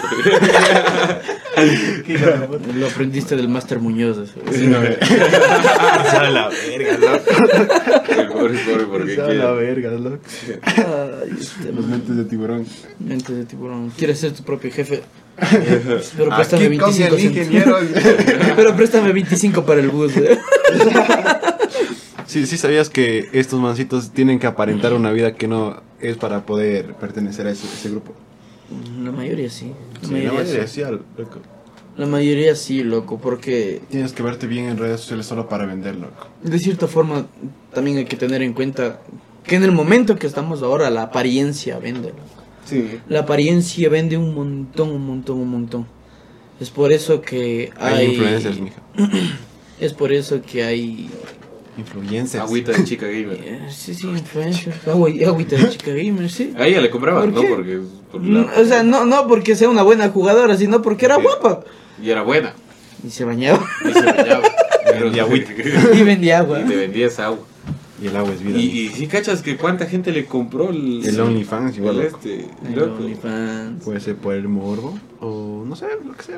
[SPEAKER 3] Lo aprendiste del Master Muñoz. eso.
[SPEAKER 1] eh.
[SPEAKER 2] a la verga, loco.
[SPEAKER 1] El pobre es pobre porque
[SPEAKER 2] a la
[SPEAKER 1] quiere.
[SPEAKER 2] verga, loco.
[SPEAKER 3] Ay, este
[SPEAKER 2] Los
[SPEAKER 3] man.
[SPEAKER 2] mentes de tiburón.
[SPEAKER 3] Mente de tiburón. Quieres ser tu propio jefe. Eh, Pero préstame
[SPEAKER 2] Aquí con
[SPEAKER 3] 25
[SPEAKER 2] el
[SPEAKER 3] cent-
[SPEAKER 2] ingeniero.
[SPEAKER 3] Pero préstame 25 para el bus. eh.
[SPEAKER 2] Sí, sí sabías que estos mancitos tienen que aparentar una vida que no es para poder pertenecer a ese, ese grupo.
[SPEAKER 3] La mayoría sí. La
[SPEAKER 2] Sí,
[SPEAKER 3] mayoría,
[SPEAKER 2] la mayoría
[SPEAKER 3] sí.
[SPEAKER 2] sí, al- loco.
[SPEAKER 3] La mayoría sí, loco, porque
[SPEAKER 2] Tienes que verte bien en redes sociales solo para vender, loco.
[SPEAKER 3] De cierta forma, también hay que tener en cuenta que en el momento que estamos ahora, la apariencia vende.
[SPEAKER 1] Sí.
[SPEAKER 3] La apariencia vende un montón, un montón, un montón. Es por eso que hay.
[SPEAKER 2] Hay influencers, mija.
[SPEAKER 3] Es por eso que hay.
[SPEAKER 2] Influencers.
[SPEAKER 1] Agüita de chica gamer.
[SPEAKER 3] eh, sí, sí, influencers. Agua- Agüita de chica gamer, sí.
[SPEAKER 1] A ella le compraban,
[SPEAKER 3] ¿Por
[SPEAKER 1] ¿no?
[SPEAKER 3] qué?
[SPEAKER 1] Porque. pues, por
[SPEAKER 3] Mm,
[SPEAKER 1] la-
[SPEAKER 3] O sea, no, no porque sea una buena jugadora, sino porque era
[SPEAKER 1] Sí.
[SPEAKER 3] guapa.
[SPEAKER 1] Y era buena.
[SPEAKER 3] Y se bañaba.
[SPEAKER 1] Y se bañaba. Pero-
[SPEAKER 2] vendía agüita.
[SPEAKER 3] y vendía agua.
[SPEAKER 1] Y te vendía esa agua.
[SPEAKER 2] Y el agua es vida.
[SPEAKER 1] Y, y sí, cachas que cuánta gente le compró el.
[SPEAKER 2] El OnlyFans igual,
[SPEAKER 1] el
[SPEAKER 2] loco. Pues,
[SPEAKER 1] este.
[SPEAKER 3] Ay,
[SPEAKER 1] loco.
[SPEAKER 3] OnlyFans.
[SPEAKER 2] Puede ser por el morbo o no sé, lo que sea.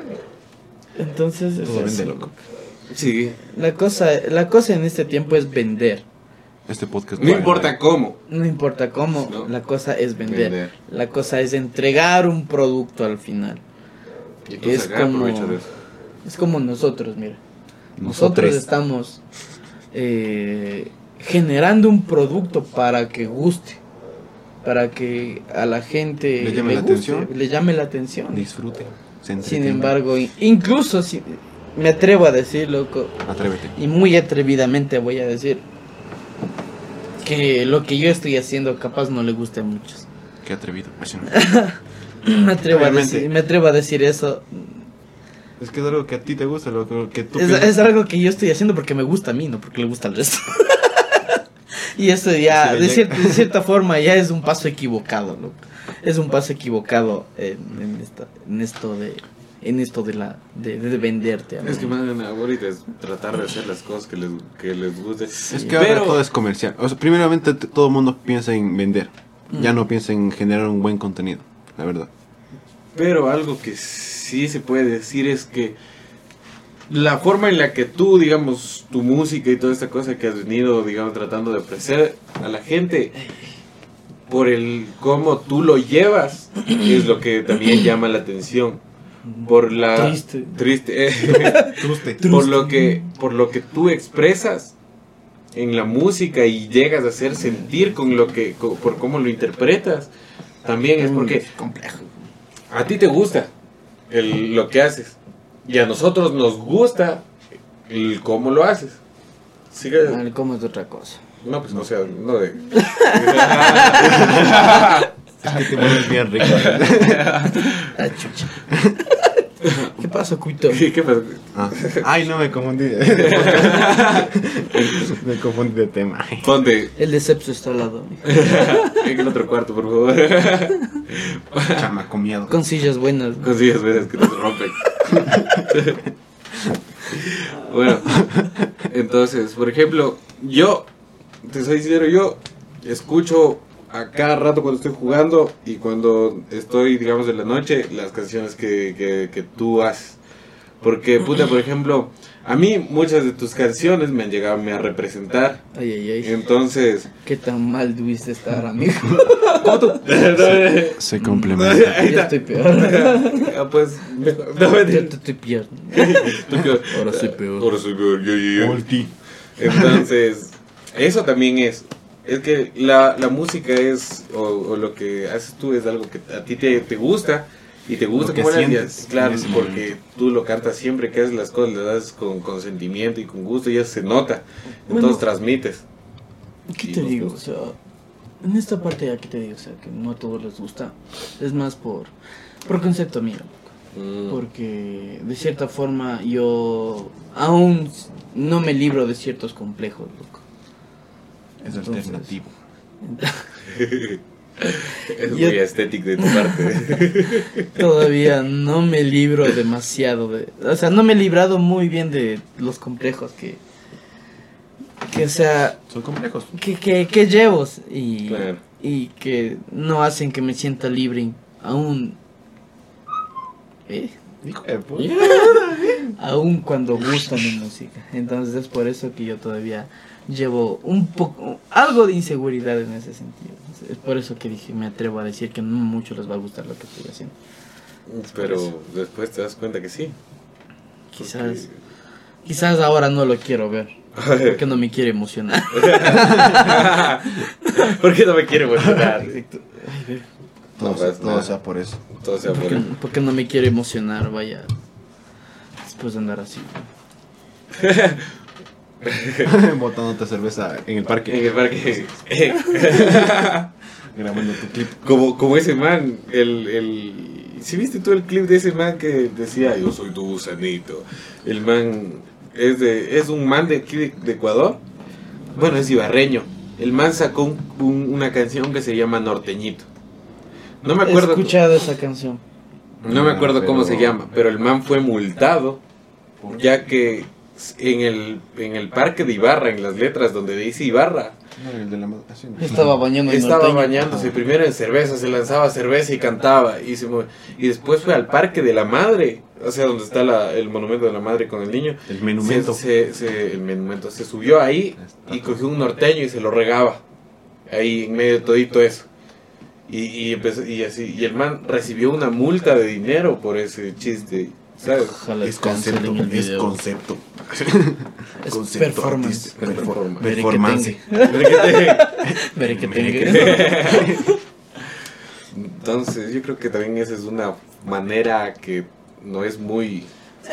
[SPEAKER 3] Entonces, es
[SPEAKER 2] Todo vende,
[SPEAKER 3] eso.
[SPEAKER 2] loco.
[SPEAKER 1] Sí.
[SPEAKER 3] La cosa, la cosa en este tiempo es vender.
[SPEAKER 2] Este podcast.
[SPEAKER 1] No importa cómo.
[SPEAKER 3] No importa cómo,
[SPEAKER 1] No.
[SPEAKER 3] la cosa es vender.
[SPEAKER 1] Vender.
[SPEAKER 3] La cosa es entregar un producto al final.
[SPEAKER 1] Y tú
[SPEAKER 3] Es
[SPEAKER 1] sacar
[SPEAKER 3] como-
[SPEAKER 1] provecho de eso.
[SPEAKER 3] Es como nosotros, mira. Nosotros,
[SPEAKER 2] Nosotros.
[SPEAKER 3] estamos eh, generando un producto para que guste. Para que a la gente
[SPEAKER 2] Le llame la
[SPEAKER 3] guste,
[SPEAKER 2] atención.
[SPEAKER 3] le llame la atención.
[SPEAKER 2] Disfrute. se
[SPEAKER 3] Sin
[SPEAKER 2] entretenga.
[SPEAKER 3] embargo, in- incluso si me atrevo a decirlo, co-
[SPEAKER 2] Atrévete.
[SPEAKER 3] y muy atrevidamente voy a decir que lo que yo estoy haciendo capaz no le guste a muchos.
[SPEAKER 2] Qué atrevido. pues,
[SPEAKER 3] Me atrevo, a
[SPEAKER 2] Obviamente.
[SPEAKER 3] decir, me atrevo a decir eso.
[SPEAKER 2] Es que es algo que a ti te gusta, loco. Que tú
[SPEAKER 3] Es,
[SPEAKER 2] piensas-
[SPEAKER 3] es algo que yo estoy haciendo porque me gusta a mí, no porque le gusta al resto. y eso ya,
[SPEAKER 2] Se le
[SPEAKER 3] de,
[SPEAKER 2] llega.
[SPEAKER 3] cier- de cierta forma, ya es un paso equivocado, loco. Es un paso equivocado en, en esta- en esto de en esto de la de, de venderte.
[SPEAKER 1] Es que
[SPEAKER 3] amigo.
[SPEAKER 1] man, ahorita es tratar de hacer las cosas que les, que les guste.
[SPEAKER 2] Es que ahora
[SPEAKER 1] Pero-
[SPEAKER 2] todo es comercial. O sea, primeramente t- todo el mundo piensa en vender. Ya
[SPEAKER 3] Mm.
[SPEAKER 2] no piensa en generar un buen contenido, la verdad.
[SPEAKER 1] Pero algo que sí se puede decir es que la forma en la que tú, digamos, tu música y toda esta cosa que has venido, digamos, tratando de ofrecer a la gente, por el cómo tú lo llevas, es lo que también llama la atención. Por la...
[SPEAKER 3] Triste.
[SPEAKER 1] Triste. eh,
[SPEAKER 2] Truste.
[SPEAKER 1] por lo que por lo que tú expresas en la música y llegas a hacer sentir con lo que co- por cómo lo interpretas también es porque
[SPEAKER 3] Es complejo.
[SPEAKER 1] a ti te gusta el- lo que haces y a nosotros nos gusta el cómo lo haces Sí que-
[SPEAKER 3] Al cómo es otra cosa.
[SPEAKER 1] no pues o sea no de
[SPEAKER 2] te pones bien rico.
[SPEAKER 3] Ah, chucha. ¿Qué pasa, Cuito?
[SPEAKER 1] ¿Qué- qué pasa?
[SPEAKER 2] Ah. Ay, no, me confundí. de- me confundí de tema.
[SPEAKER 1] ponte
[SPEAKER 3] El decepso está al lado. mijo.
[SPEAKER 1] en el otro cuarto por favor
[SPEAKER 2] Chama, con miedo.
[SPEAKER 3] Con sillas buenas. güey.
[SPEAKER 1] consigues veces que te rompen. bueno, entonces, por ejemplo, yo, te soy sincero, yo escucho a cada rato cuando estoy jugando y cuando estoy, digamos, en la noche, las canciones que, que, que tú haces. Porque, puta, por ejemplo, a mí muchas de tus canciones me han llegado a- me a representar.
[SPEAKER 3] Ay, ay, ay.
[SPEAKER 1] Entonces,
[SPEAKER 3] Qué tan mal tuviste estar, amigo.
[SPEAKER 1] ¿cómo tú?
[SPEAKER 2] Se complementa.
[SPEAKER 1] Ahí
[SPEAKER 3] Yo
[SPEAKER 1] está.
[SPEAKER 3] estoy peor.
[SPEAKER 1] Ah, pues, no,
[SPEAKER 3] Yo
[SPEAKER 1] mentira.
[SPEAKER 3] te estoy peor.
[SPEAKER 1] Tú que-
[SPEAKER 3] Ahora soy peor.
[SPEAKER 1] Ahora soy peor. yo, yo, yo.
[SPEAKER 2] Multi.
[SPEAKER 1] Entonces, eso también es. Es que la, la música es, o, o lo que haces tú es algo que a ti te, te gusta y te gusta
[SPEAKER 2] Lo que
[SPEAKER 1] cómo la
[SPEAKER 2] sientes
[SPEAKER 1] harías. Claro,
[SPEAKER 2] en ese
[SPEAKER 1] porque tú lo cantas siempre que haces las cosas, las haces con, con sentimiento y con gusto y eso se nota. Entonces
[SPEAKER 3] Bueno.
[SPEAKER 1] transmites.
[SPEAKER 3] ¿Qué
[SPEAKER 1] Sí,
[SPEAKER 3] te
[SPEAKER 1] nos
[SPEAKER 3] digo? O
[SPEAKER 1] gusta.
[SPEAKER 3] sea, en esta parte ya que te digo, o sea, que no a todos les gusta. Es más por, por concepto mío.
[SPEAKER 1] Mm.
[SPEAKER 3] Porque de cierta forma yo aún no me libro de ciertos complejos, loco.
[SPEAKER 2] Es
[SPEAKER 3] Entonces.
[SPEAKER 2] alternativo.
[SPEAKER 1] es
[SPEAKER 3] Yo-
[SPEAKER 1] muy estético de tu parte.
[SPEAKER 3] Todavía no me libro demasiado de... O sea, no me he librado muy bien de los complejos que... Que, o sea,
[SPEAKER 2] Son complejos.
[SPEAKER 3] que, que, que llevo y,
[SPEAKER 1] Claro.
[SPEAKER 3] y que no hacen que me sienta libre aún... ¿Eh? aún cuando gusta mi música. Entonces es por eso que yo todavía llevo un poco, algo de inseguridad en ese sentido. Es- Es por eso que dije, me atrevo a decir que no mucho les va a gustar lo que estoy haciendo.
[SPEAKER 1] Pero después te das cuenta que sí.
[SPEAKER 3] Quizás, quizás ahora no lo quiero ver,
[SPEAKER 1] Porque,
[SPEAKER 3] porque no me quiere emocionar.
[SPEAKER 1] Porque no me quiere emocionar.
[SPEAKER 3] Ay, ver,
[SPEAKER 2] Todo,
[SPEAKER 1] No
[SPEAKER 2] sea-
[SPEAKER 1] pasa
[SPEAKER 2] todo
[SPEAKER 1] nada.
[SPEAKER 2] sea por eso.
[SPEAKER 1] Todo sea
[SPEAKER 3] porque,
[SPEAKER 1] bueno.
[SPEAKER 3] porque no me quiere emocionar, vaya. Después de andar así.
[SPEAKER 2] Botándote cerveza en el
[SPEAKER 1] En
[SPEAKER 2] parque.
[SPEAKER 1] el parque.
[SPEAKER 2] Grabando tu clip.
[SPEAKER 1] Como, como ese man, el, el... ¿Sí viste tú el clip de ese man que decía, yo soy tu gusanito? El man es, de, es un man de aquí de, de Ecuador. Bueno, es ibarreño. El man sacó un- un- una canción que se llama Norteñito. No me
[SPEAKER 3] He
[SPEAKER 1] acuerdo,
[SPEAKER 3] escuchado esa canción.
[SPEAKER 1] no me acuerdo
[SPEAKER 2] Ah,
[SPEAKER 1] cómo
[SPEAKER 2] pero-
[SPEAKER 1] se llama, pero el man fue multado ya que en el, en el parque de Ibarra, en las letras donde dice Ibarra,
[SPEAKER 2] No, el de la ma- así, ¿no?
[SPEAKER 3] Estaba bañando en
[SPEAKER 1] Estaba
[SPEAKER 3] norteño.
[SPEAKER 1] bañándose primero en cerveza, se lanzaba cerveza y cantaba. Y, se mue- y después fue al Parque de la Madre, o sea, donde está la- el monumento de la madre con el niño.
[SPEAKER 2] El menumento.
[SPEAKER 1] Se, se- se- el monumento se subió ahí y cogió un norteño y se lo regaba. Ahí en medio de todito eso. Y, y, empezó- y así, y el man recibió una multa de dinero por ese chiste, ¿sabes?
[SPEAKER 3] Ojalá cancelen el video.
[SPEAKER 2] concepto.
[SPEAKER 3] Es
[SPEAKER 2] concepto
[SPEAKER 3] performance.
[SPEAKER 2] artístico, performance.
[SPEAKER 3] Veré que
[SPEAKER 2] Performance.
[SPEAKER 3] Veré que
[SPEAKER 2] Veré que
[SPEAKER 3] tenga.
[SPEAKER 1] Entonces, yo creo que también esa es una manera que no es muy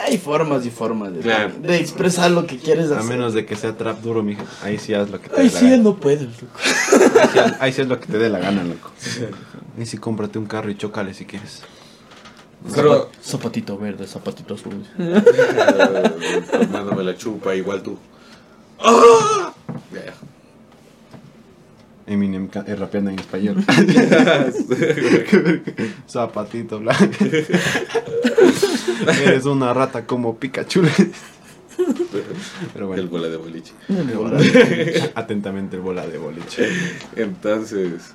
[SPEAKER 3] Hay formas y formas de,
[SPEAKER 1] Claro.
[SPEAKER 3] de expresar lo que quieres
[SPEAKER 2] A
[SPEAKER 3] hacer.
[SPEAKER 2] menos de que sea trap duro, mijo. Ahí sí haz lo que te
[SPEAKER 3] Ay,
[SPEAKER 2] dé la
[SPEAKER 3] sí,
[SPEAKER 2] gana.
[SPEAKER 3] no puedo. loco.
[SPEAKER 2] Ahí sí haz- Ahí sí es lo que te dé la gana, loco. Y si cómprate un carro y chócale si quieres.
[SPEAKER 1] Pero-
[SPEAKER 3] Zapat- Zapatito verde, zapatito azul.
[SPEAKER 1] Tu hermano me la chupa, igual tú. Ya.
[SPEAKER 2] Eminem ca- eh, rapeando en español. Zapatito blanco. Eres una rata como Pikachu. Pero
[SPEAKER 1] El
[SPEAKER 2] bueno.
[SPEAKER 1] bola de boliche.
[SPEAKER 2] el bola de- Atentamente el bola de boliche.
[SPEAKER 1] Entonces,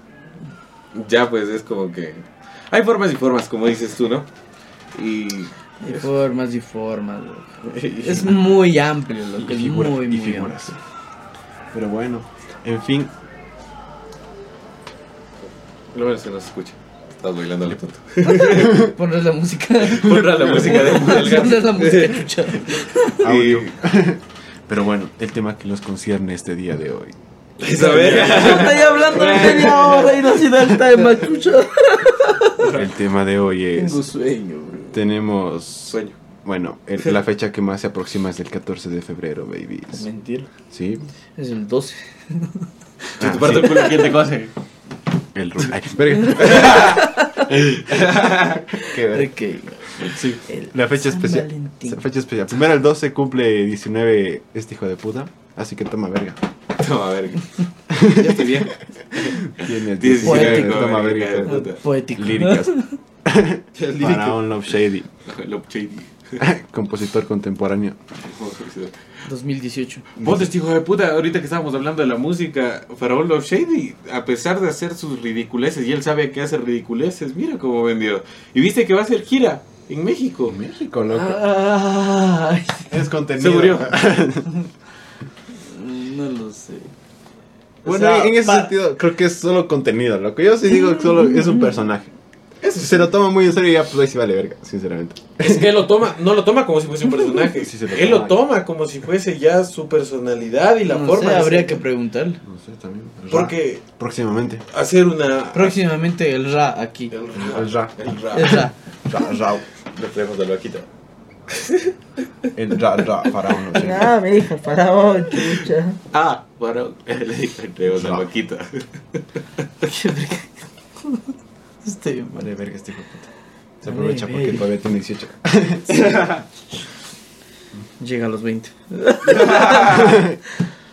[SPEAKER 1] ya pues es como que hay formas y formas, como dices tú, ¿no? Y,
[SPEAKER 3] Y formas y formas, loco.
[SPEAKER 1] y-
[SPEAKER 3] Es muy amplio, loco.
[SPEAKER 2] Y
[SPEAKER 3] es
[SPEAKER 2] figura-
[SPEAKER 3] muy,
[SPEAKER 2] y
[SPEAKER 3] muy
[SPEAKER 2] figuras. Pero bueno, en fin,
[SPEAKER 1] lo bueno es que no se escucha. Estás bailando a lo tonto.
[SPEAKER 3] amplio. Ponle la música.
[SPEAKER 1] Ponle la música de del gato.
[SPEAKER 3] Ponle la música, chucha.
[SPEAKER 1] Y-
[SPEAKER 2] audio. Pero bueno, el tema que nos concierne este día de hoy.
[SPEAKER 1] Esa verga.
[SPEAKER 3] Estoy hablando de media hora y no se da el tema, chucha.
[SPEAKER 2] El tema de hoy
[SPEAKER 3] Tengo
[SPEAKER 2] es.
[SPEAKER 3] sueño, bro.
[SPEAKER 2] Tenemos.
[SPEAKER 1] Sueño.
[SPEAKER 2] Bueno, el- la fecha que más se aproxima es el 14 de febrero, babies.
[SPEAKER 3] Mentira.
[SPEAKER 2] ¿Sí?
[SPEAKER 3] Es el 12.
[SPEAKER 1] Si
[SPEAKER 2] Ah,
[SPEAKER 1] tu parte
[SPEAKER 2] sí,
[SPEAKER 1] el
[SPEAKER 3] pues.
[SPEAKER 1] culo, ¿quién te coge?
[SPEAKER 2] el ru- Ay, verga. Qué verga.
[SPEAKER 3] Ok.
[SPEAKER 2] Sí,
[SPEAKER 3] El
[SPEAKER 2] La fecha
[SPEAKER 3] San
[SPEAKER 2] especial.
[SPEAKER 3] Valentín.
[SPEAKER 2] La fecha especial. Primero el 12 cumple 19 este hijo de puta. Así que toma verga.
[SPEAKER 1] Toma verga. Ya estoy bien.
[SPEAKER 2] Tienes 19,
[SPEAKER 3] Poético,
[SPEAKER 2] toma verga. hijo de puta.
[SPEAKER 1] puta.
[SPEAKER 3] Poético.
[SPEAKER 2] Líricas.
[SPEAKER 1] Ya es lírico.
[SPEAKER 2] Para un Love Shady.
[SPEAKER 1] Lo shady.
[SPEAKER 2] Compositor contemporáneo.
[SPEAKER 3] 2018.
[SPEAKER 1] Vos, este hijo de puta, ahorita que estábamos hablando de la música, Faraón Love Shady, a pesar de hacer sus ridiculeces, y él sabe que hace ridiculeces, mira cómo vendió. Y viste que va a hacer gira en México.
[SPEAKER 2] México,
[SPEAKER 3] Ay,
[SPEAKER 2] Es contenido.
[SPEAKER 1] Se murió.
[SPEAKER 3] no lo sé.
[SPEAKER 2] Bueno,
[SPEAKER 3] O sea,
[SPEAKER 2] en ese
[SPEAKER 3] pa-
[SPEAKER 2] sentido, creo que es solo contenido, loco. Yo sí digo que solo es un personaje.
[SPEAKER 1] Eso
[SPEAKER 2] Si se lo toma muy en serio, ya pues ahí sí vale verga, sinceramente.
[SPEAKER 1] Es que él lo toma, no lo toma como si fuese un personaje.
[SPEAKER 2] Sí, se lo
[SPEAKER 1] él
[SPEAKER 2] toma.
[SPEAKER 1] lo toma como si fuese ya su personalidad y la
[SPEAKER 3] no
[SPEAKER 1] forma.
[SPEAKER 3] sé,
[SPEAKER 1] de
[SPEAKER 3] habría
[SPEAKER 1] ser.
[SPEAKER 3] que preguntarle.
[SPEAKER 2] No sé, también.
[SPEAKER 1] Porque
[SPEAKER 2] Próximamente.
[SPEAKER 1] hacer una.
[SPEAKER 3] Próximamente el Ra aquí.
[SPEAKER 1] El
[SPEAKER 2] El ra.
[SPEAKER 1] El
[SPEAKER 3] El Ra.
[SPEAKER 2] Ra, ra.
[SPEAKER 1] Lo traemos de loquito.
[SPEAKER 2] El ra, ra, faraón. no sé.
[SPEAKER 3] me dijo faraón, chucha.
[SPEAKER 1] Ah, bueno. Le traemos de
[SPEAKER 2] Ra.
[SPEAKER 1] loquito.
[SPEAKER 3] Estoy bien mal.
[SPEAKER 2] Vale verga este hijo de puta. Se aprovecha
[SPEAKER 3] Vale,
[SPEAKER 2] porque
[SPEAKER 3] verga.
[SPEAKER 2] todavía tiene 18.
[SPEAKER 3] Llega a los 20.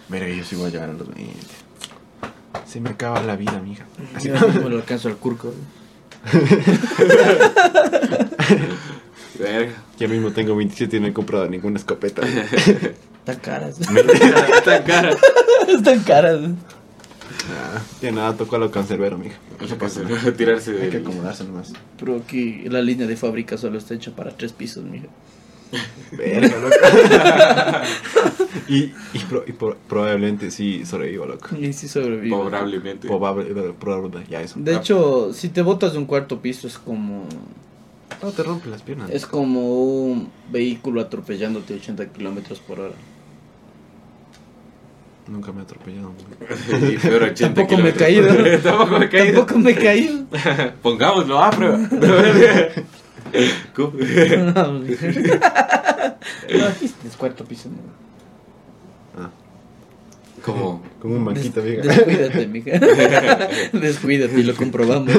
[SPEAKER 2] Verga, yo sí voy a llegar a los 20. Se me acaba la vida, mija.
[SPEAKER 3] Así como lo alcanzo al curco.
[SPEAKER 1] Verga.
[SPEAKER 2] Ya mismo tengo 27 y no he comprado ninguna escopeta.
[SPEAKER 3] Están caras.
[SPEAKER 1] Está cara.
[SPEAKER 3] Están caras.
[SPEAKER 2] Ah, Ya nada, tocó a lo cancerbero, mija.
[SPEAKER 1] Lo que se debe Tirarse
[SPEAKER 2] Hay que
[SPEAKER 1] del-
[SPEAKER 2] acomodarse nomás.
[SPEAKER 3] Pero aquí la línea de fábrica solo está hecha para tres pisos, mijo.
[SPEAKER 2] Verga, loco. y y, pro- y pro- probablemente sí sobrevivo, loco.
[SPEAKER 3] Y sí sobrevive.
[SPEAKER 1] Probablemente.
[SPEAKER 2] Probable, probable, ya eso.
[SPEAKER 3] De hecho, si te botas de un cuarto piso es como
[SPEAKER 2] No te rompe las piernas.
[SPEAKER 3] es como un vehículo atropellándote 80 kilómetros por hora.
[SPEAKER 2] Nunca me he atropellado.
[SPEAKER 1] Y peor, 80
[SPEAKER 3] Tampoco me he
[SPEAKER 1] kilómetros.
[SPEAKER 3] caído.
[SPEAKER 1] Tampoco me he caído.
[SPEAKER 3] Tampoco me he caído.
[SPEAKER 1] Pongámoslo a prueba. Cu-
[SPEAKER 3] No, mijo. No, aquí es cuarto piso. ¿no?
[SPEAKER 2] Ah,
[SPEAKER 1] Como.
[SPEAKER 2] como un manquito,
[SPEAKER 3] Des-
[SPEAKER 2] vieja.
[SPEAKER 3] Descuídate, mija. Descuídate y lo comprobamos.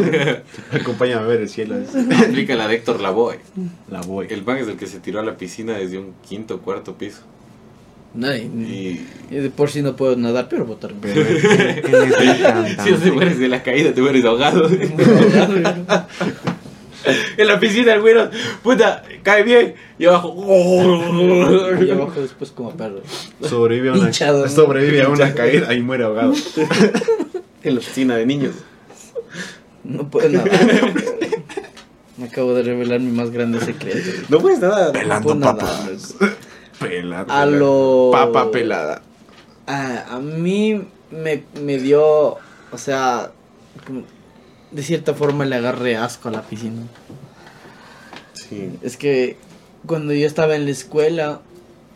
[SPEAKER 2] Acompáñame a ver el cielo.
[SPEAKER 1] Aplica la de Héctor Lavoe.
[SPEAKER 2] La voy.
[SPEAKER 1] El man es el que se tiró a la piscina desde un quinto o cuarto piso.
[SPEAKER 3] Ay,
[SPEAKER 1] Y.
[SPEAKER 3] y de por si no puedo nadar, pero botarme.
[SPEAKER 2] Pero, ¿qué- qué les está
[SPEAKER 1] Si no te
[SPEAKER 2] cantando?
[SPEAKER 1] mueres de la caída, te mueres ahogado.
[SPEAKER 3] Muy ahogado, mijo.
[SPEAKER 1] En la piscina, el güero, puta, cae bien. Y abajo.
[SPEAKER 3] Y abajo después como perro.
[SPEAKER 2] Sobrevive a una,
[SPEAKER 3] Hinchado, ¿no?
[SPEAKER 2] sobrevive a una caída y muere ahogado.
[SPEAKER 1] En la piscina de niños.
[SPEAKER 3] No puedo nadar. Me acabo de revelar mi más grande secreto.
[SPEAKER 1] No puedes nada.
[SPEAKER 3] No
[SPEAKER 2] Pelando
[SPEAKER 3] puedo
[SPEAKER 2] papas.
[SPEAKER 3] nadar, loco.
[SPEAKER 2] Pelada.
[SPEAKER 3] A lo-
[SPEAKER 2] Papa pelada.
[SPEAKER 3] Ah, a mí me, me dio, o sea, como- de cierta forma le agarré asco a la piscina.
[SPEAKER 1] Sí.
[SPEAKER 3] Es que cuando yo estaba en la escuela,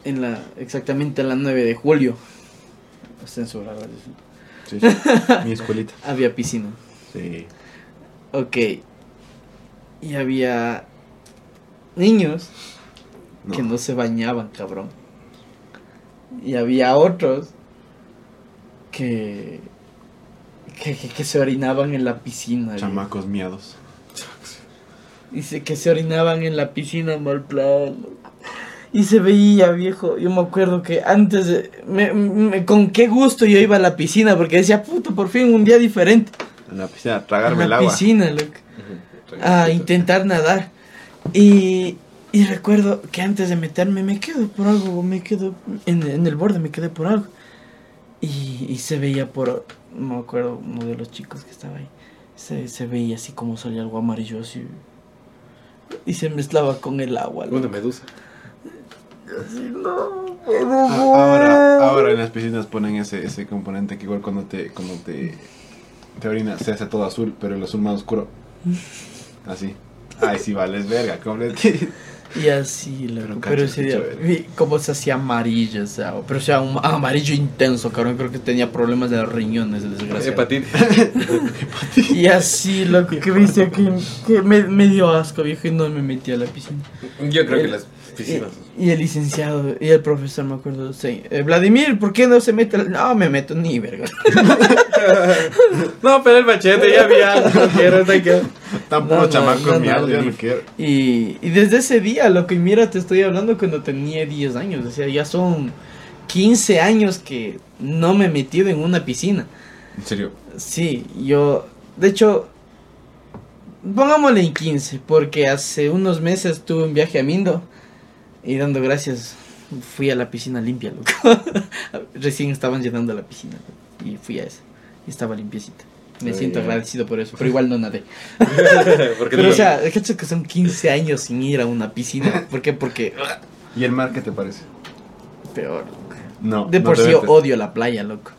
[SPEAKER 3] en la exactamente en la 9 de julio, pues, censurado,
[SPEAKER 2] Sí, sí. Mi escuelita.
[SPEAKER 3] había piscina.
[SPEAKER 2] Sí.
[SPEAKER 3] Ok. Y había niños
[SPEAKER 2] No.
[SPEAKER 3] que no se bañaban, cabrón. Y había otros que que, que- que se orinaban en la piscina. güey.
[SPEAKER 2] Chamacos miados.
[SPEAKER 3] Dice que se orinaban en la piscina mal plan. Y se veía, viejo. Yo me acuerdo que antes, de- me- me- con qué gusto yo iba a la piscina, porque decía, puto, por fin un día diferente.
[SPEAKER 2] En la piscina, a
[SPEAKER 3] A
[SPEAKER 2] tragarme el
[SPEAKER 3] la
[SPEAKER 2] agua.
[SPEAKER 3] piscina, loco, a
[SPEAKER 1] Tranquilo.
[SPEAKER 3] intentar nadar. Y, y recuerdo que antes de meterme, me quedo por algo, me quedo en, en el borde, me quedé por algo. Y, y se veía por, no me acuerdo, uno de los chicos que estaba ahí, se, se veía así como salía algo amarillo así. Y se mezclaba con el agua. loco.
[SPEAKER 1] Una medusa.
[SPEAKER 3] No,
[SPEAKER 2] A- Ah, Ahora, ahora en las piscinas ponen ese, ese componente que igual cuando te, cuando te, te orinas se hace todo azul, pero el azul más oscuro. Así. Ay, sí, vales verga, cómprate.
[SPEAKER 3] Y así, loco.
[SPEAKER 2] Pero
[SPEAKER 3] Pero,
[SPEAKER 2] cacha,
[SPEAKER 3] ese
[SPEAKER 2] qué
[SPEAKER 3] día,
[SPEAKER 2] chévere.
[SPEAKER 3] vi cómo se hacía amarillo, o sea, pero o sea, un amarillo intenso, cabrón. Creo que tenía problemas de riñones, el desgraciado.
[SPEAKER 1] Hepatitis.
[SPEAKER 3] Y así, loco, que viste que, que me, me dio asco, viejo, y no me metí a la piscina.
[SPEAKER 1] Yo creo que
[SPEAKER 3] El-
[SPEAKER 1] las
[SPEAKER 3] Y,
[SPEAKER 1] piscinas.
[SPEAKER 3] y el licenciado, y el profesor, me acuerdo, sí, eh, Vladimir, ¿por qué no se mete? al-?" No, me meto ni verga.
[SPEAKER 1] No, pero el machete ya había. No quiero, no quiero.
[SPEAKER 2] Tampoco
[SPEAKER 3] No, no,
[SPEAKER 2] chamacos
[SPEAKER 3] no,
[SPEAKER 2] mi
[SPEAKER 3] no,
[SPEAKER 2] alma, yo no
[SPEAKER 3] Leaf.
[SPEAKER 2] quiero.
[SPEAKER 3] Y, y desde ese día, loco, y mira, te estoy hablando cuando tenía 10 años, o sea, ya son 15 años que no me he metido en una piscina.
[SPEAKER 2] En serio.
[SPEAKER 3] Sí, yo, de hecho, pongámosle en 15, porque hace unos meses tuve un viaje a Mindo y dando gracias fui a la piscina limpia, loco. Recién estaban llenando la piscina loco, y fui a esa y estaba limpiecita. Me
[SPEAKER 1] Ay,
[SPEAKER 3] siento
[SPEAKER 1] ay.
[SPEAKER 3] agradecido por eso, pero igual no nadé.
[SPEAKER 1] Porque
[SPEAKER 3] Pero,
[SPEAKER 1] no-
[SPEAKER 3] o sea, el cacho es que son 15 años sin ir a una piscina. ¿Por qué? Porque ah,
[SPEAKER 2] ¿Y el mar qué te parece?
[SPEAKER 3] peor. loco.
[SPEAKER 2] No.
[SPEAKER 3] De
[SPEAKER 2] no
[SPEAKER 3] por
[SPEAKER 2] te
[SPEAKER 3] sí yo
[SPEAKER 2] metes.
[SPEAKER 3] odio la playa, loco.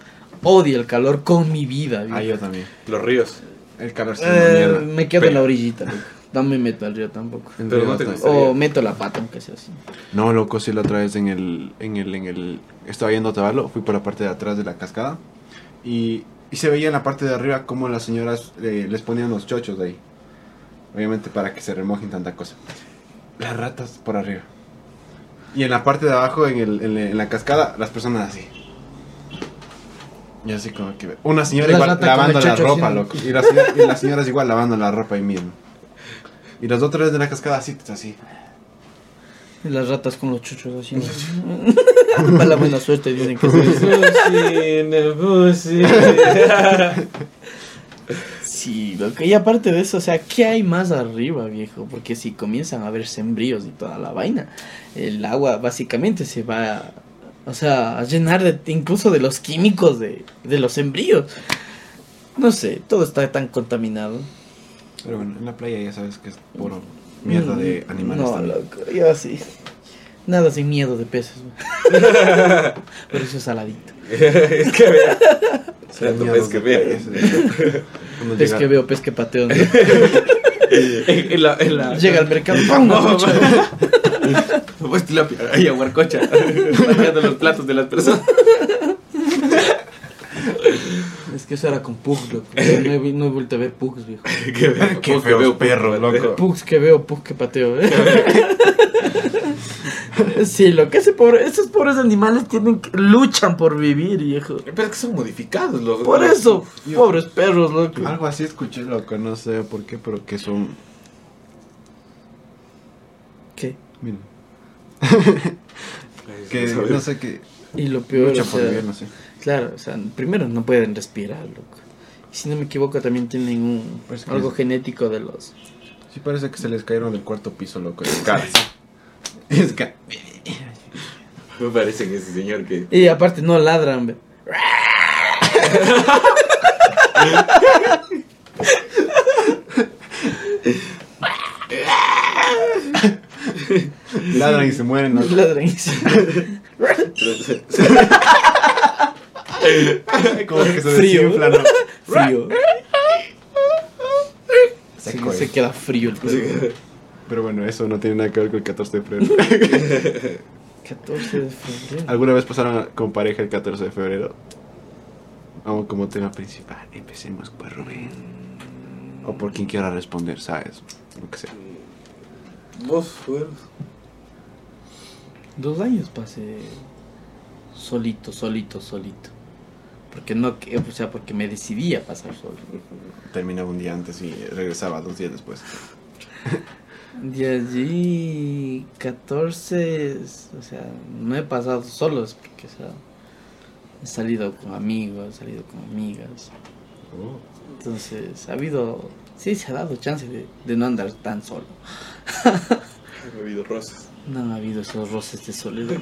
[SPEAKER 3] Odio el calor con mi vida.
[SPEAKER 2] Ah,
[SPEAKER 3] viejo.
[SPEAKER 2] yo también.
[SPEAKER 1] los ríos.
[SPEAKER 2] El calor se
[SPEAKER 3] Eh,
[SPEAKER 2] mierda.
[SPEAKER 3] me quedo en la
[SPEAKER 1] Pero-
[SPEAKER 3] orillita, loco. No me meto al río tampoco.
[SPEAKER 2] En
[SPEAKER 1] Pero
[SPEAKER 2] serio,
[SPEAKER 1] no te
[SPEAKER 2] bastante.
[SPEAKER 1] gusta.
[SPEAKER 3] O meto la pata, aunque sea así.
[SPEAKER 2] No, loco, si la otra vez en el, en el, en el, estaba yendo a Tabalo, fui por la parte de atrás de la cascada y, y se veía en la parte de arriba como las señoras eh, les ponían los chochos de ahí, obviamente para que se remojen tanta cosa. Las ratas por arriba. Y en la parte de abajo, en, el, en, la- en la cascada, las personas así. Y así como que... Una señora
[SPEAKER 3] La
[SPEAKER 2] igual
[SPEAKER 3] rata con el
[SPEAKER 2] lavando la
[SPEAKER 3] chocho
[SPEAKER 2] ropa,
[SPEAKER 3] así, ¿no?
[SPEAKER 2] loco. Y las, señor- y las señoras igual lavando la ropa ahí mismo. Y las otras de la cascada así, así.
[SPEAKER 3] Y Las ratas con los chuchos así. Para la buena suerte dicen que sí. Sí, loco. Y aparte de eso, o sea, ¿qué hay más arriba, viejo? Porque si comienzan a haber sembríos y toda la vaina, el agua básicamente se va, a- o sea, a llenar de, incluso de los químicos de, de los sembríos. No sé, todo está tan contaminado.
[SPEAKER 2] Pero bueno, en la playa ya sabes que es puro mierda de
[SPEAKER 3] Mm,
[SPEAKER 2] animales
[SPEAKER 3] No,
[SPEAKER 2] también.
[SPEAKER 3] loco, yo así. Nada sin miedo de peces. ¿no? Por eso es saladito.
[SPEAKER 1] es que vea. O sea,
[SPEAKER 2] La
[SPEAKER 1] no
[SPEAKER 2] mierda
[SPEAKER 1] ves que
[SPEAKER 2] de
[SPEAKER 1] vea.
[SPEAKER 2] pez, eh. Cuando
[SPEAKER 3] Pez
[SPEAKER 2] llega-
[SPEAKER 3] que veo, pez que pateo. ¿no?
[SPEAKER 1] En en la, en la,
[SPEAKER 3] Llega al mercado, ¡pum!
[SPEAKER 1] No,
[SPEAKER 3] Mucho.
[SPEAKER 1] Pues tilapia, ahí a huarcocha, sacando los platos de las personas.
[SPEAKER 3] Es que eso era con pugs, loco. No he, vi- no he vuelto a ver pugs, viejo.
[SPEAKER 1] Qué, veo,
[SPEAKER 2] Qué
[SPEAKER 1] poco
[SPEAKER 2] feos
[SPEAKER 1] veo,
[SPEAKER 2] perros,
[SPEAKER 1] poco veo.
[SPEAKER 2] loco.
[SPEAKER 3] Pugs que veo, pugs que pateo. ¿eh? sí, lo que ese pobre, esos pobres animales tienen, que- luchan por vivir, viejo.
[SPEAKER 1] Pero es que son modificados los
[SPEAKER 3] Por
[SPEAKER 1] los-
[SPEAKER 3] eso,
[SPEAKER 2] Yo-
[SPEAKER 3] pobres perros, loco.
[SPEAKER 2] Algo así escuché, loco, no sé por qué, pero que son...
[SPEAKER 3] ¿Qué?
[SPEAKER 2] Mira,
[SPEAKER 1] Ay,
[SPEAKER 2] que
[SPEAKER 1] sabe.
[SPEAKER 2] no sé qué...
[SPEAKER 3] Y lo peor,
[SPEAKER 2] Mucho
[SPEAKER 3] o
[SPEAKER 2] por
[SPEAKER 3] sea,
[SPEAKER 2] vivir, no sé.
[SPEAKER 3] Claro, o sea, primero no pueden respirar, loco. Y si no me equivoco, también tienen un,
[SPEAKER 2] Pues que
[SPEAKER 3] algo
[SPEAKER 2] es-
[SPEAKER 3] genético de los.
[SPEAKER 2] Sí parece que se les cayeron del cuarto piso, loco. Es cara. Es cara.
[SPEAKER 1] Me parecen ese señor que.
[SPEAKER 3] Y aparte no ladran, ve.
[SPEAKER 2] Ladran y se mueren, ¿no?
[SPEAKER 3] Ladran y se-
[SPEAKER 2] Como que se
[SPEAKER 3] Frío.
[SPEAKER 2] desinflan. ¿no?
[SPEAKER 3] frío. Sí,
[SPEAKER 2] Seco,
[SPEAKER 3] se
[SPEAKER 2] eh.
[SPEAKER 3] queda frío el perro.
[SPEAKER 2] Pero bueno, eso no tiene nada que ver con el 14 de febrero.
[SPEAKER 3] 14 de febrero.
[SPEAKER 2] ¿Alguna vez pasaron a- con pareja el 14 de febrero? Vamos como tema principal. Empecemos por Rubén. O por quien quiera responder, ¿sabes? Lo que sea.
[SPEAKER 1] Vos fueros.
[SPEAKER 3] Dos años pasé solito, solito, solito. Porque no, que- o sea, porque me decidí a pasar solo.
[SPEAKER 2] Terminaba un día antes y regresaba dos días después.
[SPEAKER 3] De allí 14, o sea, no he pasado solo, es porque o sea, he salido con amigos, he salido con amigas.
[SPEAKER 2] Oh.
[SPEAKER 3] Entonces, ha habido, sí, se ha dado chance de, de no andar tan solo.
[SPEAKER 1] He bebido rosas.
[SPEAKER 3] No ha habido esos roces de soledad.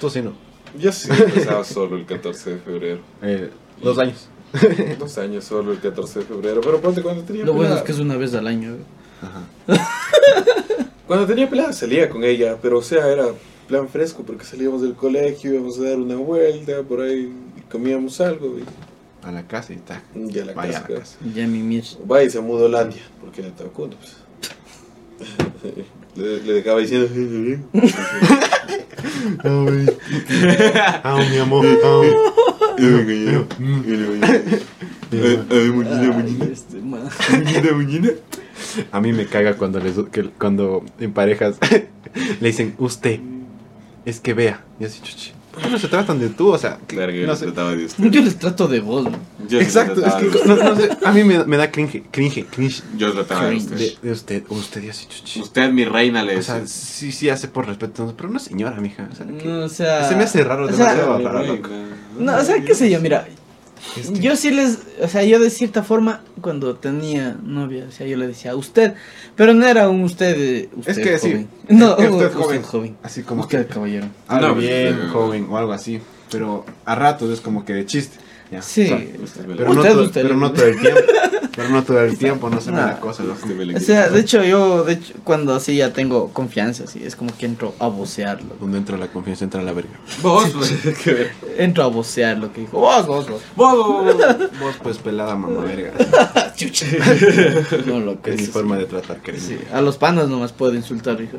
[SPEAKER 2] Tú sí no.
[SPEAKER 1] Yo sí he pasado solo el 14 de febrero.
[SPEAKER 2] Eh, dos años.
[SPEAKER 1] Dos años solo el 14 de febrero. Pero ponte cuando tenía
[SPEAKER 3] Lo bueno
[SPEAKER 1] pelada.
[SPEAKER 3] es que es una vez al año. ¿eh?
[SPEAKER 2] Ajá.
[SPEAKER 1] Cuando tenía pelada salía con ella, pero o sea, era plan fresco porque salíamos del colegio, íbamos a dar una vuelta, por ahí comíamos algo y
[SPEAKER 2] A la casa y tac.
[SPEAKER 1] y a la
[SPEAKER 2] Vaya a la
[SPEAKER 1] casca.
[SPEAKER 2] casa.
[SPEAKER 3] Ya mimir.
[SPEAKER 1] Va y se mudó a Holandia, porque era Tacuno, pues. le, le dejaba diciendo...
[SPEAKER 2] Ah, mi amor.
[SPEAKER 3] Ay, este man.
[SPEAKER 2] A mí me caga cuando les que- cuando en parejas le dicen usted. Es que vea. Y así, chuchi. ¿Por qué no se tratan de tú? O sea, que-
[SPEAKER 1] Claro que
[SPEAKER 2] no
[SPEAKER 1] yo
[SPEAKER 2] sé.
[SPEAKER 1] trataba de usted.
[SPEAKER 3] Yo les trato de vos, ¿no?
[SPEAKER 1] Yo
[SPEAKER 2] Exacto, es
[SPEAKER 1] trataba de
[SPEAKER 2] que no, no sé, a mí me, me da cringe, cringe, cringe
[SPEAKER 1] usted. Yo trataba de usted.
[SPEAKER 2] de, de usted, usted y así, chuchi.
[SPEAKER 1] Usted, mi reina, le
[SPEAKER 2] O sea,
[SPEAKER 1] decía.
[SPEAKER 2] sí, sí hace por respeto, pero una señora, mija. O sea, que-
[SPEAKER 3] No, o sea.
[SPEAKER 2] se me hace raro,
[SPEAKER 3] o sea,
[SPEAKER 2] demasiado
[SPEAKER 1] mi
[SPEAKER 2] raro,
[SPEAKER 1] reina.
[SPEAKER 2] loco.
[SPEAKER 3] No, o sea, qué sé yo, mira. Mm,
[SPEAKER 2] este,
[SPEAKER 3] Yo sí les. O sea, yo de cierta forma, cuando tenía novia, o sea, yo le decía usted. Pero no era un usted. eh, usted
[SPEAKER 2] Es que sí,
[SPEAKER 3] joven. No,
[SPEAKER 2] es que
[SPEAKER 3] usted,
[SPEAKER 2] usted joven.
[SPEAKER 3] joven.
[SPEAKER 2] Así como que
[SPEAKER 3] Usted, caballero.
[SPEAKER 2] habla
[SPEAKER 1] No, pues,
[SPEAKER 2] bien,
[SPEAKER 1] eh,
[SPEAKER 2] joven o algo así. Pero a ratos es como que de chiste. ya,
[SPEAKER 3] Sí.
[SPEAKER 2] o sea,
[SPEAKER 1] Usted me la-
[SPEAKER 2] pero, no
[SPEAKER 3] Usted,
[SPEAKER 2] todo,
[SPEAKER 3] usted.
[SPEAKER 2] pero no todo el tiempo. Pero no todo el tiempo, no se me
[SPEAKER 3] Nah.
[SPEAKER 2] da cosa, loco.
[SPEAKER 1] usted me la-
[SPEAKER 3] O sea, de hecho, yo, de hecho, cuando así ya tengo confianza, así, es como que entro a vocearlo.
[SPEAKER 2] Donde entra la confianza, entra la verga.
[SPEAKER 1] Vos, pues, qué ver.
[SPEAKER 3] Entro a vocear lo que dijo.
[SPEAKER 2] Oh,
[SPEAKER 3] Vos, vos, vos.
[SPEAKER 1] Vos, vos, vos.
[SPEAKER 2] Vos, pues pelada, mamá verga.
[SPEAKER 3] Ah, chucha. No lo
[SPEAKER 2] Es mi
[SPEAKER 3] crees.
[SPEAKER 2] forma de tratar, cariño.
[SPEAKER 3] Sí, a los panas nomás puedo insultar, hijo.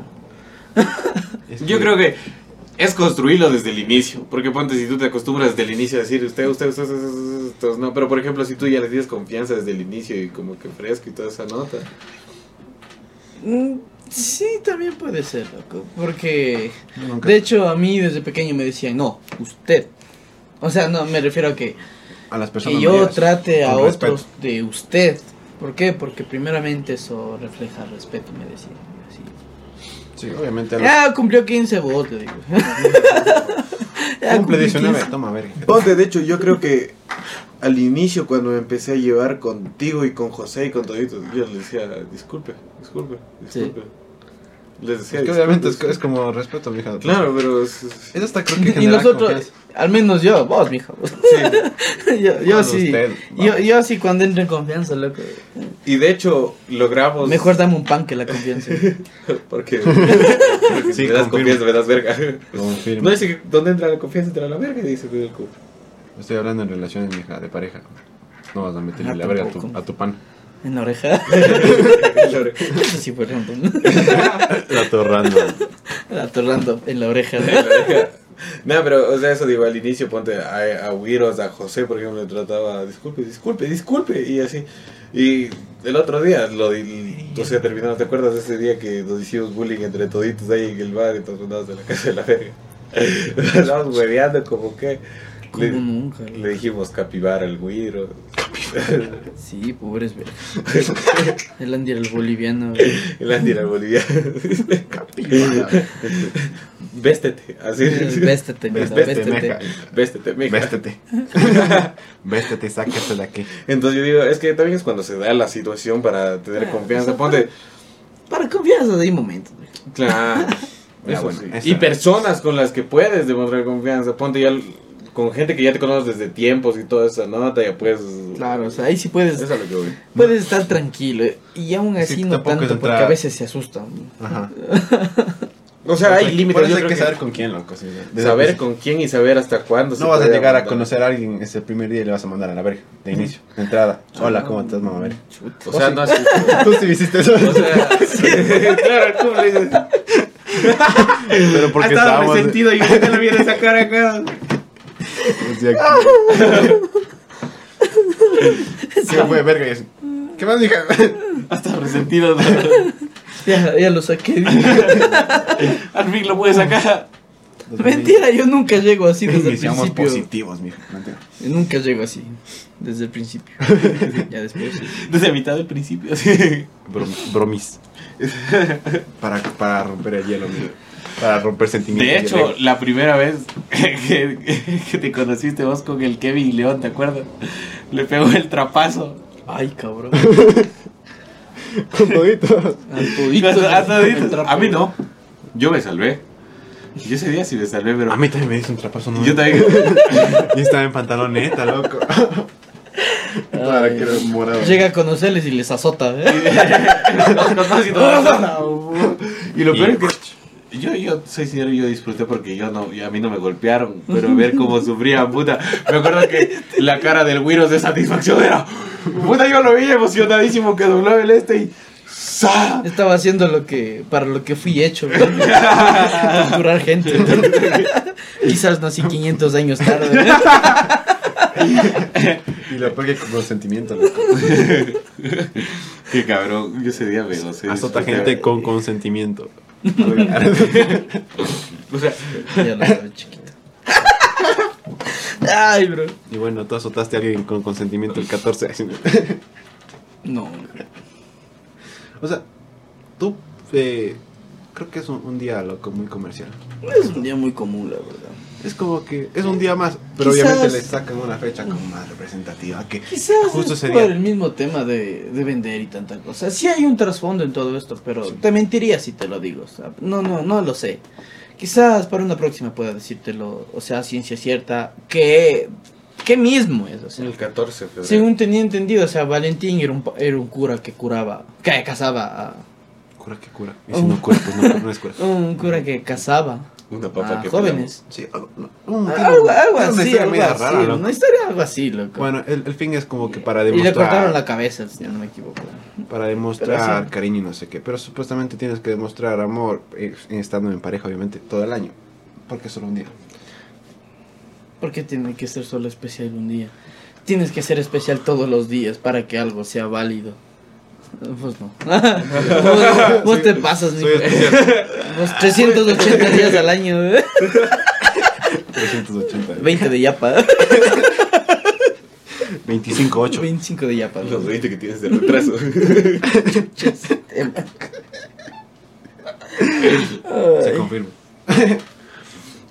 [SPEAKER 2] Es
[SPEAKER 1] Yo creo que es construirlo desde el inicio. Porque ponte, si tú te acostumbras desde el inicio a decir usted, usted, usted, usted, usted, usted, usted, usted", no. Pero por ejemplo, si tú ya le tienes confianza desde el inicio y como que fresco y toda esa nota.
[SPEAKER 3] Mm, Sí, también puede ser, loco. Porque,
[SPEAKER 2] Yo nunca-
[SPEAKER 3] de hecho, a mí desde pequeño me decían, no, usted. O sea, no, me refiero a que,
[SPEAKER 2] a las personas
[SPEAKER 3] que yo
[SPEAKER 2] mayores,
[SPEAKER 3] trate a
[SPEAKER 2] con respeto.
[SPEAKER 3] otros de usted. ¿Por qué? Porque primeramente eso refleja respeto, me decían. así.
[SPEAKER 2] Sí, obviamente. a los-
[SPEAKER 3] Ya cumplió 15 votos, digo.
[SPEAKER 2] Cumple
[SPEAKER 3] Ya cumplí
[SPEAKER 2] 19,
[SPEAKER 3] 15.
[SPEAKER 2] toma verga.
[SPEAKER 1] Ponte, de hecho, yo creo que al inicio, cuando me empecé a llevar contigo y con José y con toditos, yo les decía, disculpe, disculpe, disculpe. Les decía,
[SPEAKER 2] Es que obviamente es,
[SPEAKER 1] "Disculpe".
[SPEAKER 2] es como respeto, mija.
[SPEAKER 1] Claro, pero. es- es-
[SPEAKER 2] Es hasta creo que
[SPEAKER 3] Y
[SPEAKER 2] genera
[SPEAKER 3] nosotros,
[SPEAKER 2] confianza.
[SPEAKER 3] al menos yo, vos, mijo.
[SPEAKER 1] sí.
[SPEAKER 3] yo, yo
[SPEAKER 2] Bueno,
[SPEAKER 3] sí.
[SPEAKER 2] usted,
[SPEAKER 3] yo,
[SPEAKER 2] vamos.
[SPEAKER 3] yo sí, cuando entro en confianza, loco.
[SPEAKER 1] Y de hecho, logramos.
[SPEAKER 3] Mejor dame un pan que la confianza.
[SPEAKER 1] Porque. porque
[SPEAKER 2] Sí,
[SPEAKER 1] me das
[SPEAKER 2] confirmo.
[SPEAKER 1] confianza, me das verga.
[SPEAKER 2] Confirmo.
[SPEAKER 1] No
[SPEAKER 3] Pues-
[SPEAKER 1] dice que dónde entra la confianza, entra la verga, dice el cubo.
[SPEAKER 2] Estoy hablando en relaciones, mija, de pareja. No vas a meterle
[SPEAKER 3] Ah,
[SPEAKER 2] la verga a tu,
[SPEAKER 3] tampoco.
[SPEAKER 2] a tu pan.
[SPEAKER 3] En la oreja.
[SPEAKER 1] En
[SPEAKER 3] Eso sí fue random.
[SPEAKER 2] La torrando.
[SPEAKER 3] Atorrando en la oreja.
[SPEAKER 1] la oreja. No, pero, o sea, eso digo, al inicio, ponte a, a Wiros, a José, por ejemplo, le trataba, disculpe, disculpe, disculpe, y así. Y el otro día, lo, di- o sea, terminamos, ¿te acuerdas de ese día que nos hicimos bullying entre toditos ahí en el bar y nos mandamos de la casa de la verga? Nos andábamos hueveando como que.
[SPEAKER 3] Como
[SPEAKER 1] Le,
[SPEAKER 3] nunca. loco.
[SPEAKER 1] le dijimos capibara al Wiros.
[SPEAKER 3] Sí, pobres vergas. El Andy era el boliviano.
[SPEAKER 1] El Andy era boliviano. Véstete, así.
[SPEAKER 3] Véstete, mija,
[SPEAKER 2] Vestete, meja.
[SPEAKER 3] Eh, véstete.
[SPEAKER 1] Véstete, mija.
[SPEAKER 2] Vestete. Vestete, sácate de aquí.
[SPEAKER 1] Entonces yo digo, es que también es cuando se da la situación para tener
[SPEAKER 3] Ah,
[SPEAKER 1] confianza.
[SPEAKER 3] o sea,
[SPEAKER 1] Ponte,
[SPEAKER 3] Para confianza hay momentos. loco.
[SPEAKER 1] claro.
[SPEAKER 2] Ya,
[SPEAKER 1] eso
[SPEAKER 2] bueno,
[SPEAKER 1] sí.
[SPEAKER 2] esa-
[SPEAKER 1] Y personas con las que puedes demostrar confianza. Ponte ya l- con gente que ya te conoces desde tiempos y toda esa nota, ya puedes.
[SPEAKER 3] Claro, o sea, ahí sí puedes,
[SPEAKER 1] Eso es a lo que voy.
[SPEAKER 3] puedes estar tranquilo. eh, Y aún así
[SPEAKER 2] Sí,
[SPEAKER 3] no
[SPEAKER 2] tampoco es
[SPEAKER 3] tanto, porque
[SPEAKER 2] entrar-
[SPEAKER 3] a veces se asustan.
[SPEAKER 2] Ajá.
[SPEAKER 1] O sea, hay
[SPEAKER 2] Por
[SPEAKER 1] límites.
[SPEAKER 2] eso
[SPEAKER 1] yo
[SPEAKER 2] hay
[SPEAKER 1] creo
[SPEAKER 2] que
[SPEAKER 1] que
[SPEAKER 2] saber con quién, loco. sí, desde
[SPEAKER 1] saber
[SPEAKER 2] el principio.
[SPEAKER 1] con quién y saber hasta cuándo. se
[SPEAKER 2] No vas a
[SPEAKER 1] puede
[SPEAKER 2] llegar a
[SPEAKER 1] aguantar.
[SPEAKER 2] conocer a alguien ese primer día y le vas a mandar a la verga. De inicio, de entrada. Hola, ¿cómo estás, mamá verga?
[SPEAKER 3] Chuta.
[SPEAKER 1] O sea, no así.
[SPEAKER 2] Tú sí hiciste eso.
[SPEAKER 1] O sea, claro, tú le dices.
[SPEAKER 2] Pero porque estábamos.
[SPEAKER 1] y usted lo viene a sacar acá.
[SPEAKER 2] o sea, Sí, fue verga y así. ¿Qué más, mija?
[SPEAKER 1] Hasta resentido.
[SPEAKER 3] Ya, ya lo saqué.
[SPEAKER 1] Al fin lo puede sacar.
[SPEAKER 3] Mentira, yo nunca llego así desde el
[SPEAKER 4] Iniciamos
[SPEAKER 3] principio.
[SPEAKER 4] positivos, mijo. Mentira.
[SPEAKER 3] Yo nunca llego así desde el principio. ya después. sí.
[SPEAKER 4] Desde mitad del principio, sí.
[SPEAKER 2] Brom- bromis. Para, para romper el hielo, amigo. Para romper sentimientos.
[SPEAKER 4] De
[SPEAKER 2] y el
[SPEAKER 4] hecho,
[SPEAKER 2] ego.
[SPEAKER 4] la primera vez que, que te conociste vos con el Kevin León, ¿te acuerdas? Le pegó el trapazo.
[SPEAKER 3] Ay, cabrón.
[SPEAKER 2] con toditos.
[SPEAKER 3] Al todito,
[SPEAKER 1] "Pues,
[SPEAKER 4] A- a-
[SPEAKER 3] al trapo.
[SPEAKER 4] a mí no. Yo me salvé. Yo ese día sí me salvé, pero.
[SPEAKER 2] A mí también me hizo un trapazo nuevo.
[SPEAKER 4] Yo también.
[SPEAKER 2] Y estaba en pantaloneta, loco. Claro que era morado.
[SPEAKER 3] Llega a conocerles y les azota. ¿eh?
[SPEAKER 4] Nos- nos- nos-
[SPEAKER 2] Y lo peor es que.
[SPEAKER 4] Yo, yo soy sincero, yo disfruté porque yo no, yo- a mí no me golpearon, pero ver cómo sufrían, puta. Me acuerdo que la cara del Wiros de satisfacción era, puta, yo lo vi emocionadísimo que dobló el este y ¡sa!
[SPEAKER 3] Estaba haciendo lo que para lo que fui hecho. ¿no? Torturar gente. Quizás nací 500 años tarde.
[SPEAKER 2] Y lo peor que con consentimiento, loco.
[SPEAKER 4] Qué cabrón, yo ese día me gocé.
[SPEAKER 2] Azota
[SPEAKER 4] disfruté.
[SPEAKER 2] gente con consentimiento.
[SPEAKER 4] O sea,
[SPEAKER 3] ya lo sabes, chiquito. Ay, bro.
[SPEAKER 2] y bueno, tú azotaste a alguien con consentimiento el 14.
[SPEAKER 3] No.
[SPEAKER 2] o sea, tú. eh, creo que es un, un día, loco, muy comercial.
[SPEAKER 3] Es un día muy común, la verdad.
[SPEAKER 2] Es como que es un día más, pero
[SPEAKER 3] Quizás-
[SPEAKER 2] obviamente le sacan una fecha como más representativa que
[SPEAKER 3] Quizás
[SPEAKER 2] justo
[SPEAKER 3] es
[SPEAKER 2] ese
[SPEAKER 3] por
[SPEAKER 2] día.
[SPEAKER 3] el mismo tema de, de vender y tanta cosa. Sí hay un trasfondo en todo esto, pero te mentiría si te lo digo. o sea, no, no, no lo sé. Quizás para una próxima pueda decírtelo, o sea, ciencia cierta, que, que mismo es. O sea,
[SPEAKER 1] El 14 de febrero.
[SPEAKER 3] según tenía entendido, o sea, Valentín era un, pa- era un cura que curaba, que casaba
[SPEAKER 2] Cura que cura. Y si
[SPEAKER 3] Mm.
[SPEAKER 2] no cura, pues no, no es cura.
[SPEAKER 3] a... Un cura que casaba
[SPEAKER 1] Una papa
[SPEAKER 2] Ah,
[SPEAKER 3] a
[SPEAKER 1] que
[SPEAKER 3] jóvenes.
[SPEAKER 2] Sí, algo, no, un-
[SPEAKER 3] Ah,
[SPEAKER 2] tiene
[SPEAKER 3] Algo,
[SPEAKER 2] un-
[SPEAKER 3] algo
[SPEAKER 2] tiene una
[SPEAKER 3] así,
[SPEAKER 2] historia
[SPEAKER 3] algo
[SPEAKER 2] media
[SPEAKER 3] así.
[SPEAKER 2] rara, loco.
[SPEAKER 3] una historia algo así, loco.
[SPEAKER 2] Bueno, el, el fin es como que para
[SPEAKER 3] y le cortaron
[SPEAKER 2] demostrar,
[SPEAKER 3] la cabeza, si no me equivoco.
[SPEAKER 2] para demostrar
[SPEAKER 3] Pero sí.
[SPEAKER 2] cariño y no sé qué. Pero supuestamente tienes que demostrar amor eh, estando en pareja, obviamente, todo el año. Porque es solo un día.
[SPEAKER 3] ¿Por qué tiene que ser solo especial un día? Tienes que ser especial todos los días para que algo sea válido. Pues no. vos, vos te pasas,
[SPEAKER 2] Soy
[SPEAKER 3] mijo. Vos 380 días al año, ¿eh?
[SPEAKER 2] 380.
[SPEAKER 3] 20 de yapa.
[SPEAKER 2] 25, 8.
[SPEAKER 3] 25 de yapa.
[SPEAKER 1] pelea. Los 20 que tienes de retraso.
[SPEAKER 2] Se confirma.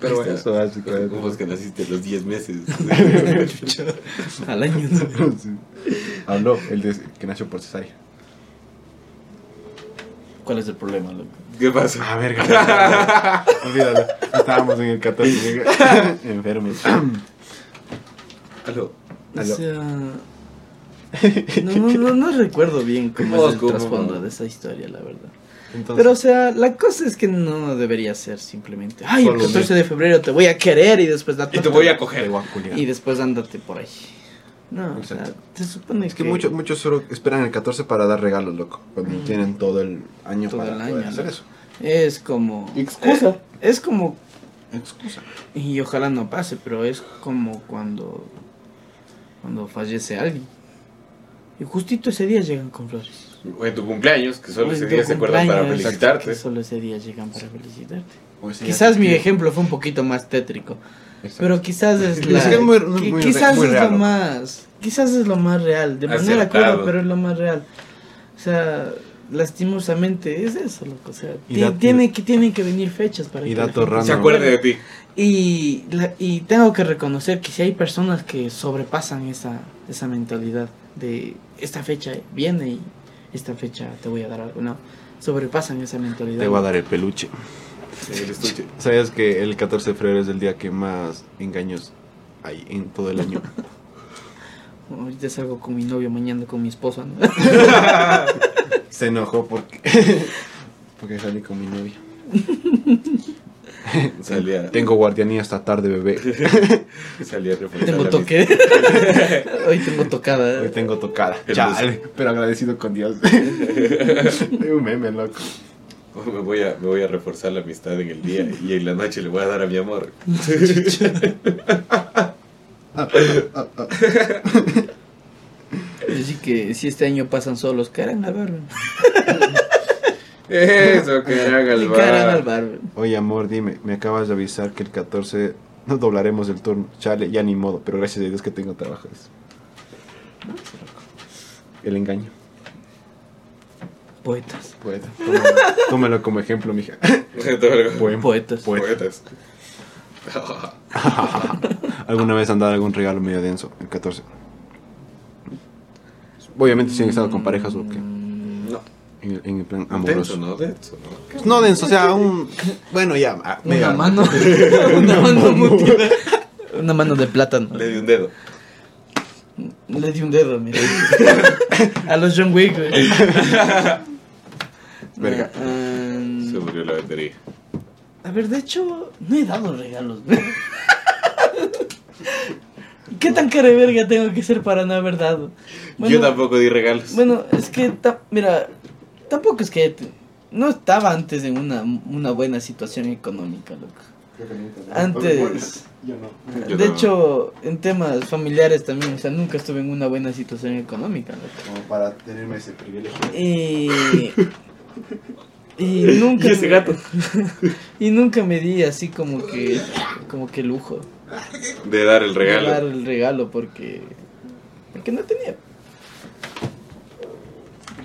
[SPEAKER 1] Pero bueno.
[SPEAKER 2] Eso así que-
[SPEAKER 1] Vos que naciste a los 10 meses.
[SPEAKER 3] Al año. ¿no?
[SPEAKER 2] Sí. Habló el de- que nació por cesárea.
[SPEAKER 3] ¿Cuál es el problema, loco?
[SPEAKER 1] ¿Qué pasa?
[SPEAKER 2] Ah, verga. Olvídalo. Estábamos en el 14. verga. Enfermos.
[SPEAKER 1] Aló.
[SPEAKER 3] O
[SPEAKER 2] Aló.
[SPEAKER 3] sea, no, no, no, no recuerdo bien cómo es el
[SPEAKER 1] Cómo,
[SPEAKER 3] trasfondo
[SPEAKER 1] cómo.
[SPEAKER 3] de esa historia, la verdad.
[SPEAKER 2] Entonces,
[SPEAKER 3] Pero, o sea, la cosa es que no debería ser simplemente, ay, el
[SPEAKER 2] Solo un
[SPEAKER 3] 14 de febrero te voy a querer y después date
[SPEAKER 1] Y te voy a
[SPEAKER 2] te
[SPEAKER 1] coger.
[SPEAKER 2] voy a culiar.
[SPEAKER 3] Y después ándate por ahí. No, o sea,
[SPEAKER 2] Exacto.
[SPEAKER 3] se supone
[SPEAKER 2] Es que muchos muchos solo esperan el 14 para dar regalos, loco. Cuando
[SPEAKER 3] Mm.
[SPEAKER 2] tienen todo el año
[SPEAKER 3] Todo
[SPEAKER 2] para
[SPEAKER 3] el año,
[SPEAKER 2] poder
[SPEAKER 3] ¿no?
[SPEAKER 2] hacer eso.
[SPEAKER 3] Es como... eh,
[SPEAKER 1] Excusa.
[SPEAKER 3] Es como,
[SPEAKER 2] Excusa.
[SPEAKER 3] y ojalá no pase, pero es como cuando... Cuando fallece alguien. Y justito ese día llegan con flores.
[SPEAKER 1] O en tu cumpleaños, que solo
[SPEAKER 3] Pues,
[SPEAKER 1] ese
[SPEAKER 3] tu
[SPEAKER 1] día se acuerdan para
[SPEAKER 3] cumpleaños,
[SPEAKER 1] felicitarte.
[SPEAKER 3] que Solo ese día llegan para felicitarte.
[SPEAKER 2] O ese
[SPEAKER 3] Quizás
[SPEAKER 2] día-
[SPEAKER 3] mi ejemplo fue un poquito más tétrico,
[SPEAKER 2] Exacto.
[SPEAKER 3] pero quizás es
[SPEAKER 2] Es
[SPEAKER 3] la
[SPEAKER 2] que es muy- muy-
[SPEAKER 3] qui-
[SPEAKER 2] muy re-
[SPEAKER 3] quizás
[SPEAKER 2] muy
[SPEAKER 3] es
[SPEAKER 2] real,
[SPEAKER 3] lo
[SPEAKER 2] ¿no?
[SPEAKER 3] más, quizás es lo más real, de manera
[SPEAKER 1] Acertado.
[SPEAKER 3] cruda, pero es lo más real. O sea, lastimosamente es eso, loco, o sea,
[SPEAKER 2] Y
[SPEAKER 3] ti-
[SPEAKER 2] dat-
[SPEAKER 3] tiene que tienen que venir fechas para
[SPEAKER 2] y
[SPEAKER 3] que la
[SPEAKER 2] dato
[SPEAKER 3] gente
[SPEAKER 2] random.
[SPEAKER 1] Se acuerde de ti.
[SPEAKER 3] y, la- y tengo que reconocer que si hay personas que sobrepasan esa, esa mentalidad de esta fecha viene y esta fecha te voy a dar algo, no, sobrepasan esa mentalidad.
[SPEAKER 2] Te voy a dar el peluche.
[SPEAKER 1] En el estuche.
[SPEAKER 2] ¿Sabías que el 14 de febrero es el día que más engaños hay en todo el año?
[SPEAKER 3] Ahorita salgo con mi novio, mañana con mi esposa, ¿no?
[SPEAKER 2] Se enojó porque, porque salí con mi novia.
[SPEAKER 1] Salía.
[SPEAKER 2] Tengo guardianía hasta tarde, bebé.
[SPEAKER 1] Salía a reforzar
[SPEAKER 3] tengo
[SPEAKER 1] la
[SPEAKER 3] toque. Hoy tengo
[SPEAKER 2] Hoy
[SPEAKER 3] tocada.
[SPEAKER 2] tengo tocada.
[SPEAKER 1] Hermoso.
[SPEAKER 2] Chale, pero agradecido con Dios. Hay un meme, loco.
[SPEAKER 1] amistad. Me voy, a, me voy a reforzar la amistad en el día y en la noche le voy a dar a mi amor.
[SPEAKER 3] Así que si este año pasan solos, caerán a verme.
[SPEAKER 1] Eso, carajo,
[SPEAKER 3] Le
[SPEAKER 1] al
[SPEAKER 3] cagan
[SPEAKER 1] bar.
[SPEAKER 3] al bar. güey.
[SPEAKER 2] Oye, amor, dime, me acabas de avisar que el 14 nos doblaremos el turno. Chale, ya ni modo, pero gracias a Dios que tengo trabajo. Dice. El engaño.
[SPEAKER 3] Poetas.
[SPEAKER 2] Poeta. Tómalo, tómalo como ejemplo, mija. Poema.
[SPEAKER 3] Poetas.
[SPEAKER 2] Poeta.
[SPEAKER 1] Poetas.
[SPEAKER 2] ¿Alguna vez han dado algún regalo medio denso? El 14. Obviamente si han estado con parejas o qué.
[SPEAKER 3] Mm,
[SPEAKER 1] No.
[SPEAKER 2] En el, en el plan
[SPEAKER 1] Denso,
[SPEAKER 2] amoroso. Pues
[SPEAKER 1] ¿no? Denso, ¿no?
[SPEAKER 2] No denso, o sea, un... Bueno, ya. ah, medio-
[SPEAKER 3] Una mano. Una mano mutilada. Una mano de plátano.
[SPEAKER 1] Le di un dedo.
[SPEAKER 3] Le di un dedo, mira. A los John Wick, güey.
[SPEAKER 2] Verga.
[SPEAKER 3] Ah,
[SPEAKER 1] Se murió la batería.
[SPEAKER 3] A ver, de hecho, no he dado regalos, güey. ¿Qué tan careverga tengo que ser para no haber dado?
[SPEAKER 1] Yo tampoco di regalos.
[SPEAKER 3] Bueno, es que, ta- mira, tampoco es que... te- no estaba antes en una, una buena situación económica, loco. Antes...
[SPEAKER 1] Yo
[SPEAKER 3] de
[SPEAKER 1] no.
[SPEAKER 3] hecho, en temas familiares también, o sea, nunca estuve en una buena situación económica, loco.
[SPEAKER 2] Como para tenerme ese privilegio.
[SPEAKER 3] Y... Eh, Y nunca...
[SPEAKER 1] Y ese
[SPEAKER 3] me-
[SPEAKER 1] gato.
[SPEAKER 3] y nunca me di así como que... Como que lujo.
[SPEAKER 1] De dar el regalo.
[SPEAKER 3] dar el regalo porque porque no tenía.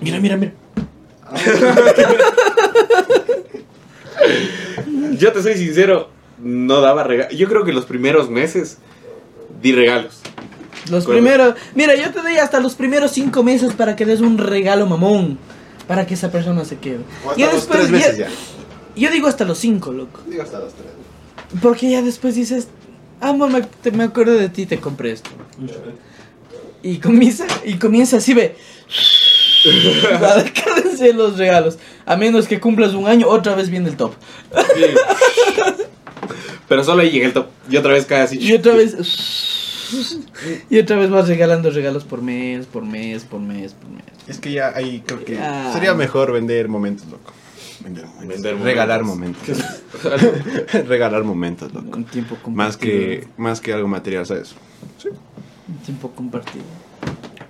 [SPEAKER 3] Mira, mira, mira.
[SPEAKER 1] Yo te soy sincero, no daba regalos. Yo creo que los primeros meses di regalos.
[SPEAKER 3] Los
[SPEAKER 1] Cuerda.
[SPEAKER 3] primeros, mira, yo te doy hasta los primeros cinco meses para que des un regalo mamón para que esa persona se quede. Y después, ya- yo digo hasta los cinco, loco,
[SPEAKER 2] Digo hasta los tres.
[SPEAKER 3] porque ya después dices, amor, me, te- me acuerdo de ti, te compré esto. Y comienza, y comienza así, ve. Cada de los regalos. A menos que cumplas un año, otra vez viene el top.
[SPEAKER 1] Pero solo ahí llegué el top. Y otra vez cae así.
[SPEAKER 3] Y otra vez. Y otra vez vas regalando regalos por mes, por mes, por mes, por mes.
[SPEAKER 2] Es que ya ahí creo que
[SPEAKER 3] Ya.
[SPEAKER 2] sería mejor vender momentos, loco. Vender momentos.
[SPEAKER 1] Vender momentos.
[SPEAKER 2] Regalar momentos. Regalar momentos, loco.
[SPEAKER 3] Un tiempo compartido.
[SPEAKER 2] Más que, más que algo material, ¿sabes?
[SPEAKER 3] Un tiempo compartido.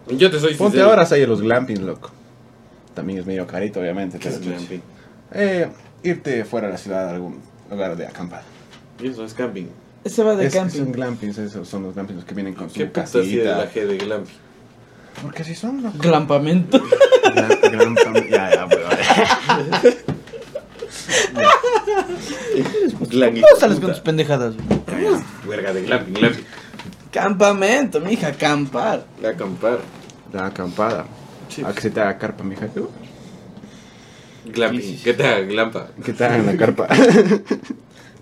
[SPEAKER 1] Yo te soy sincero.
[SPEAKER 2] Ponte ahora ahí en los glampings, loco. También es medio carito, obviamente.
[SPEAKER 1] ¿Qué
[SPEAKER 2] pero
[SPEAKER 1] es
[SPEAKER 2] chucha.
[SPEAKER 1] camping?
[SPEAKER 2] Eh, irte fuera de la ciudad a algún lugar de acampada.
[SPEAKER 1] Eso es camping.
[SPEAKER 3] Ese va de
[SPEAKER 2] Es, es un
[SPEAKER 3] camping.
[SPEAKER 2] glamping, esos son los glampings los que vienen con
[SPEAKER 1] ¿Qué
[SPEAKER 2] su
[SPEAKER 1] puta hacía la
[SPEAKER 2] casita.
[SPEAKER 1] G de glamping?
[SPEAKER 2] Porque así son, loco.
[SPEAKER 3] Glampamento.
[SPEAKER 2] Gran- gran fam- ya, ya, pero-
[SPEAKER 1] Glamping.
[SPEAKER 3] No sales con tus pendejadas. güey.
[SPEAKER 1] Huerga de glamping, glamping.
[SPEAKER 3] Campamento, mija, acampar.
[SPEAKER 1] De acampar.
[SPEAKER 2] La acampada.
[SPEAKER 1] Sí.
[SPEAKER 2] A que se te haga carpa, mija.
[SPEAKER 3] Sí, sí,
[SPEAKER 1] Glamping.
[SPEAKER 3] sí.
[SPEAKER 1] ¿Qué tal, glampa?
[SPEAKER 2] Que te hagan la carpa.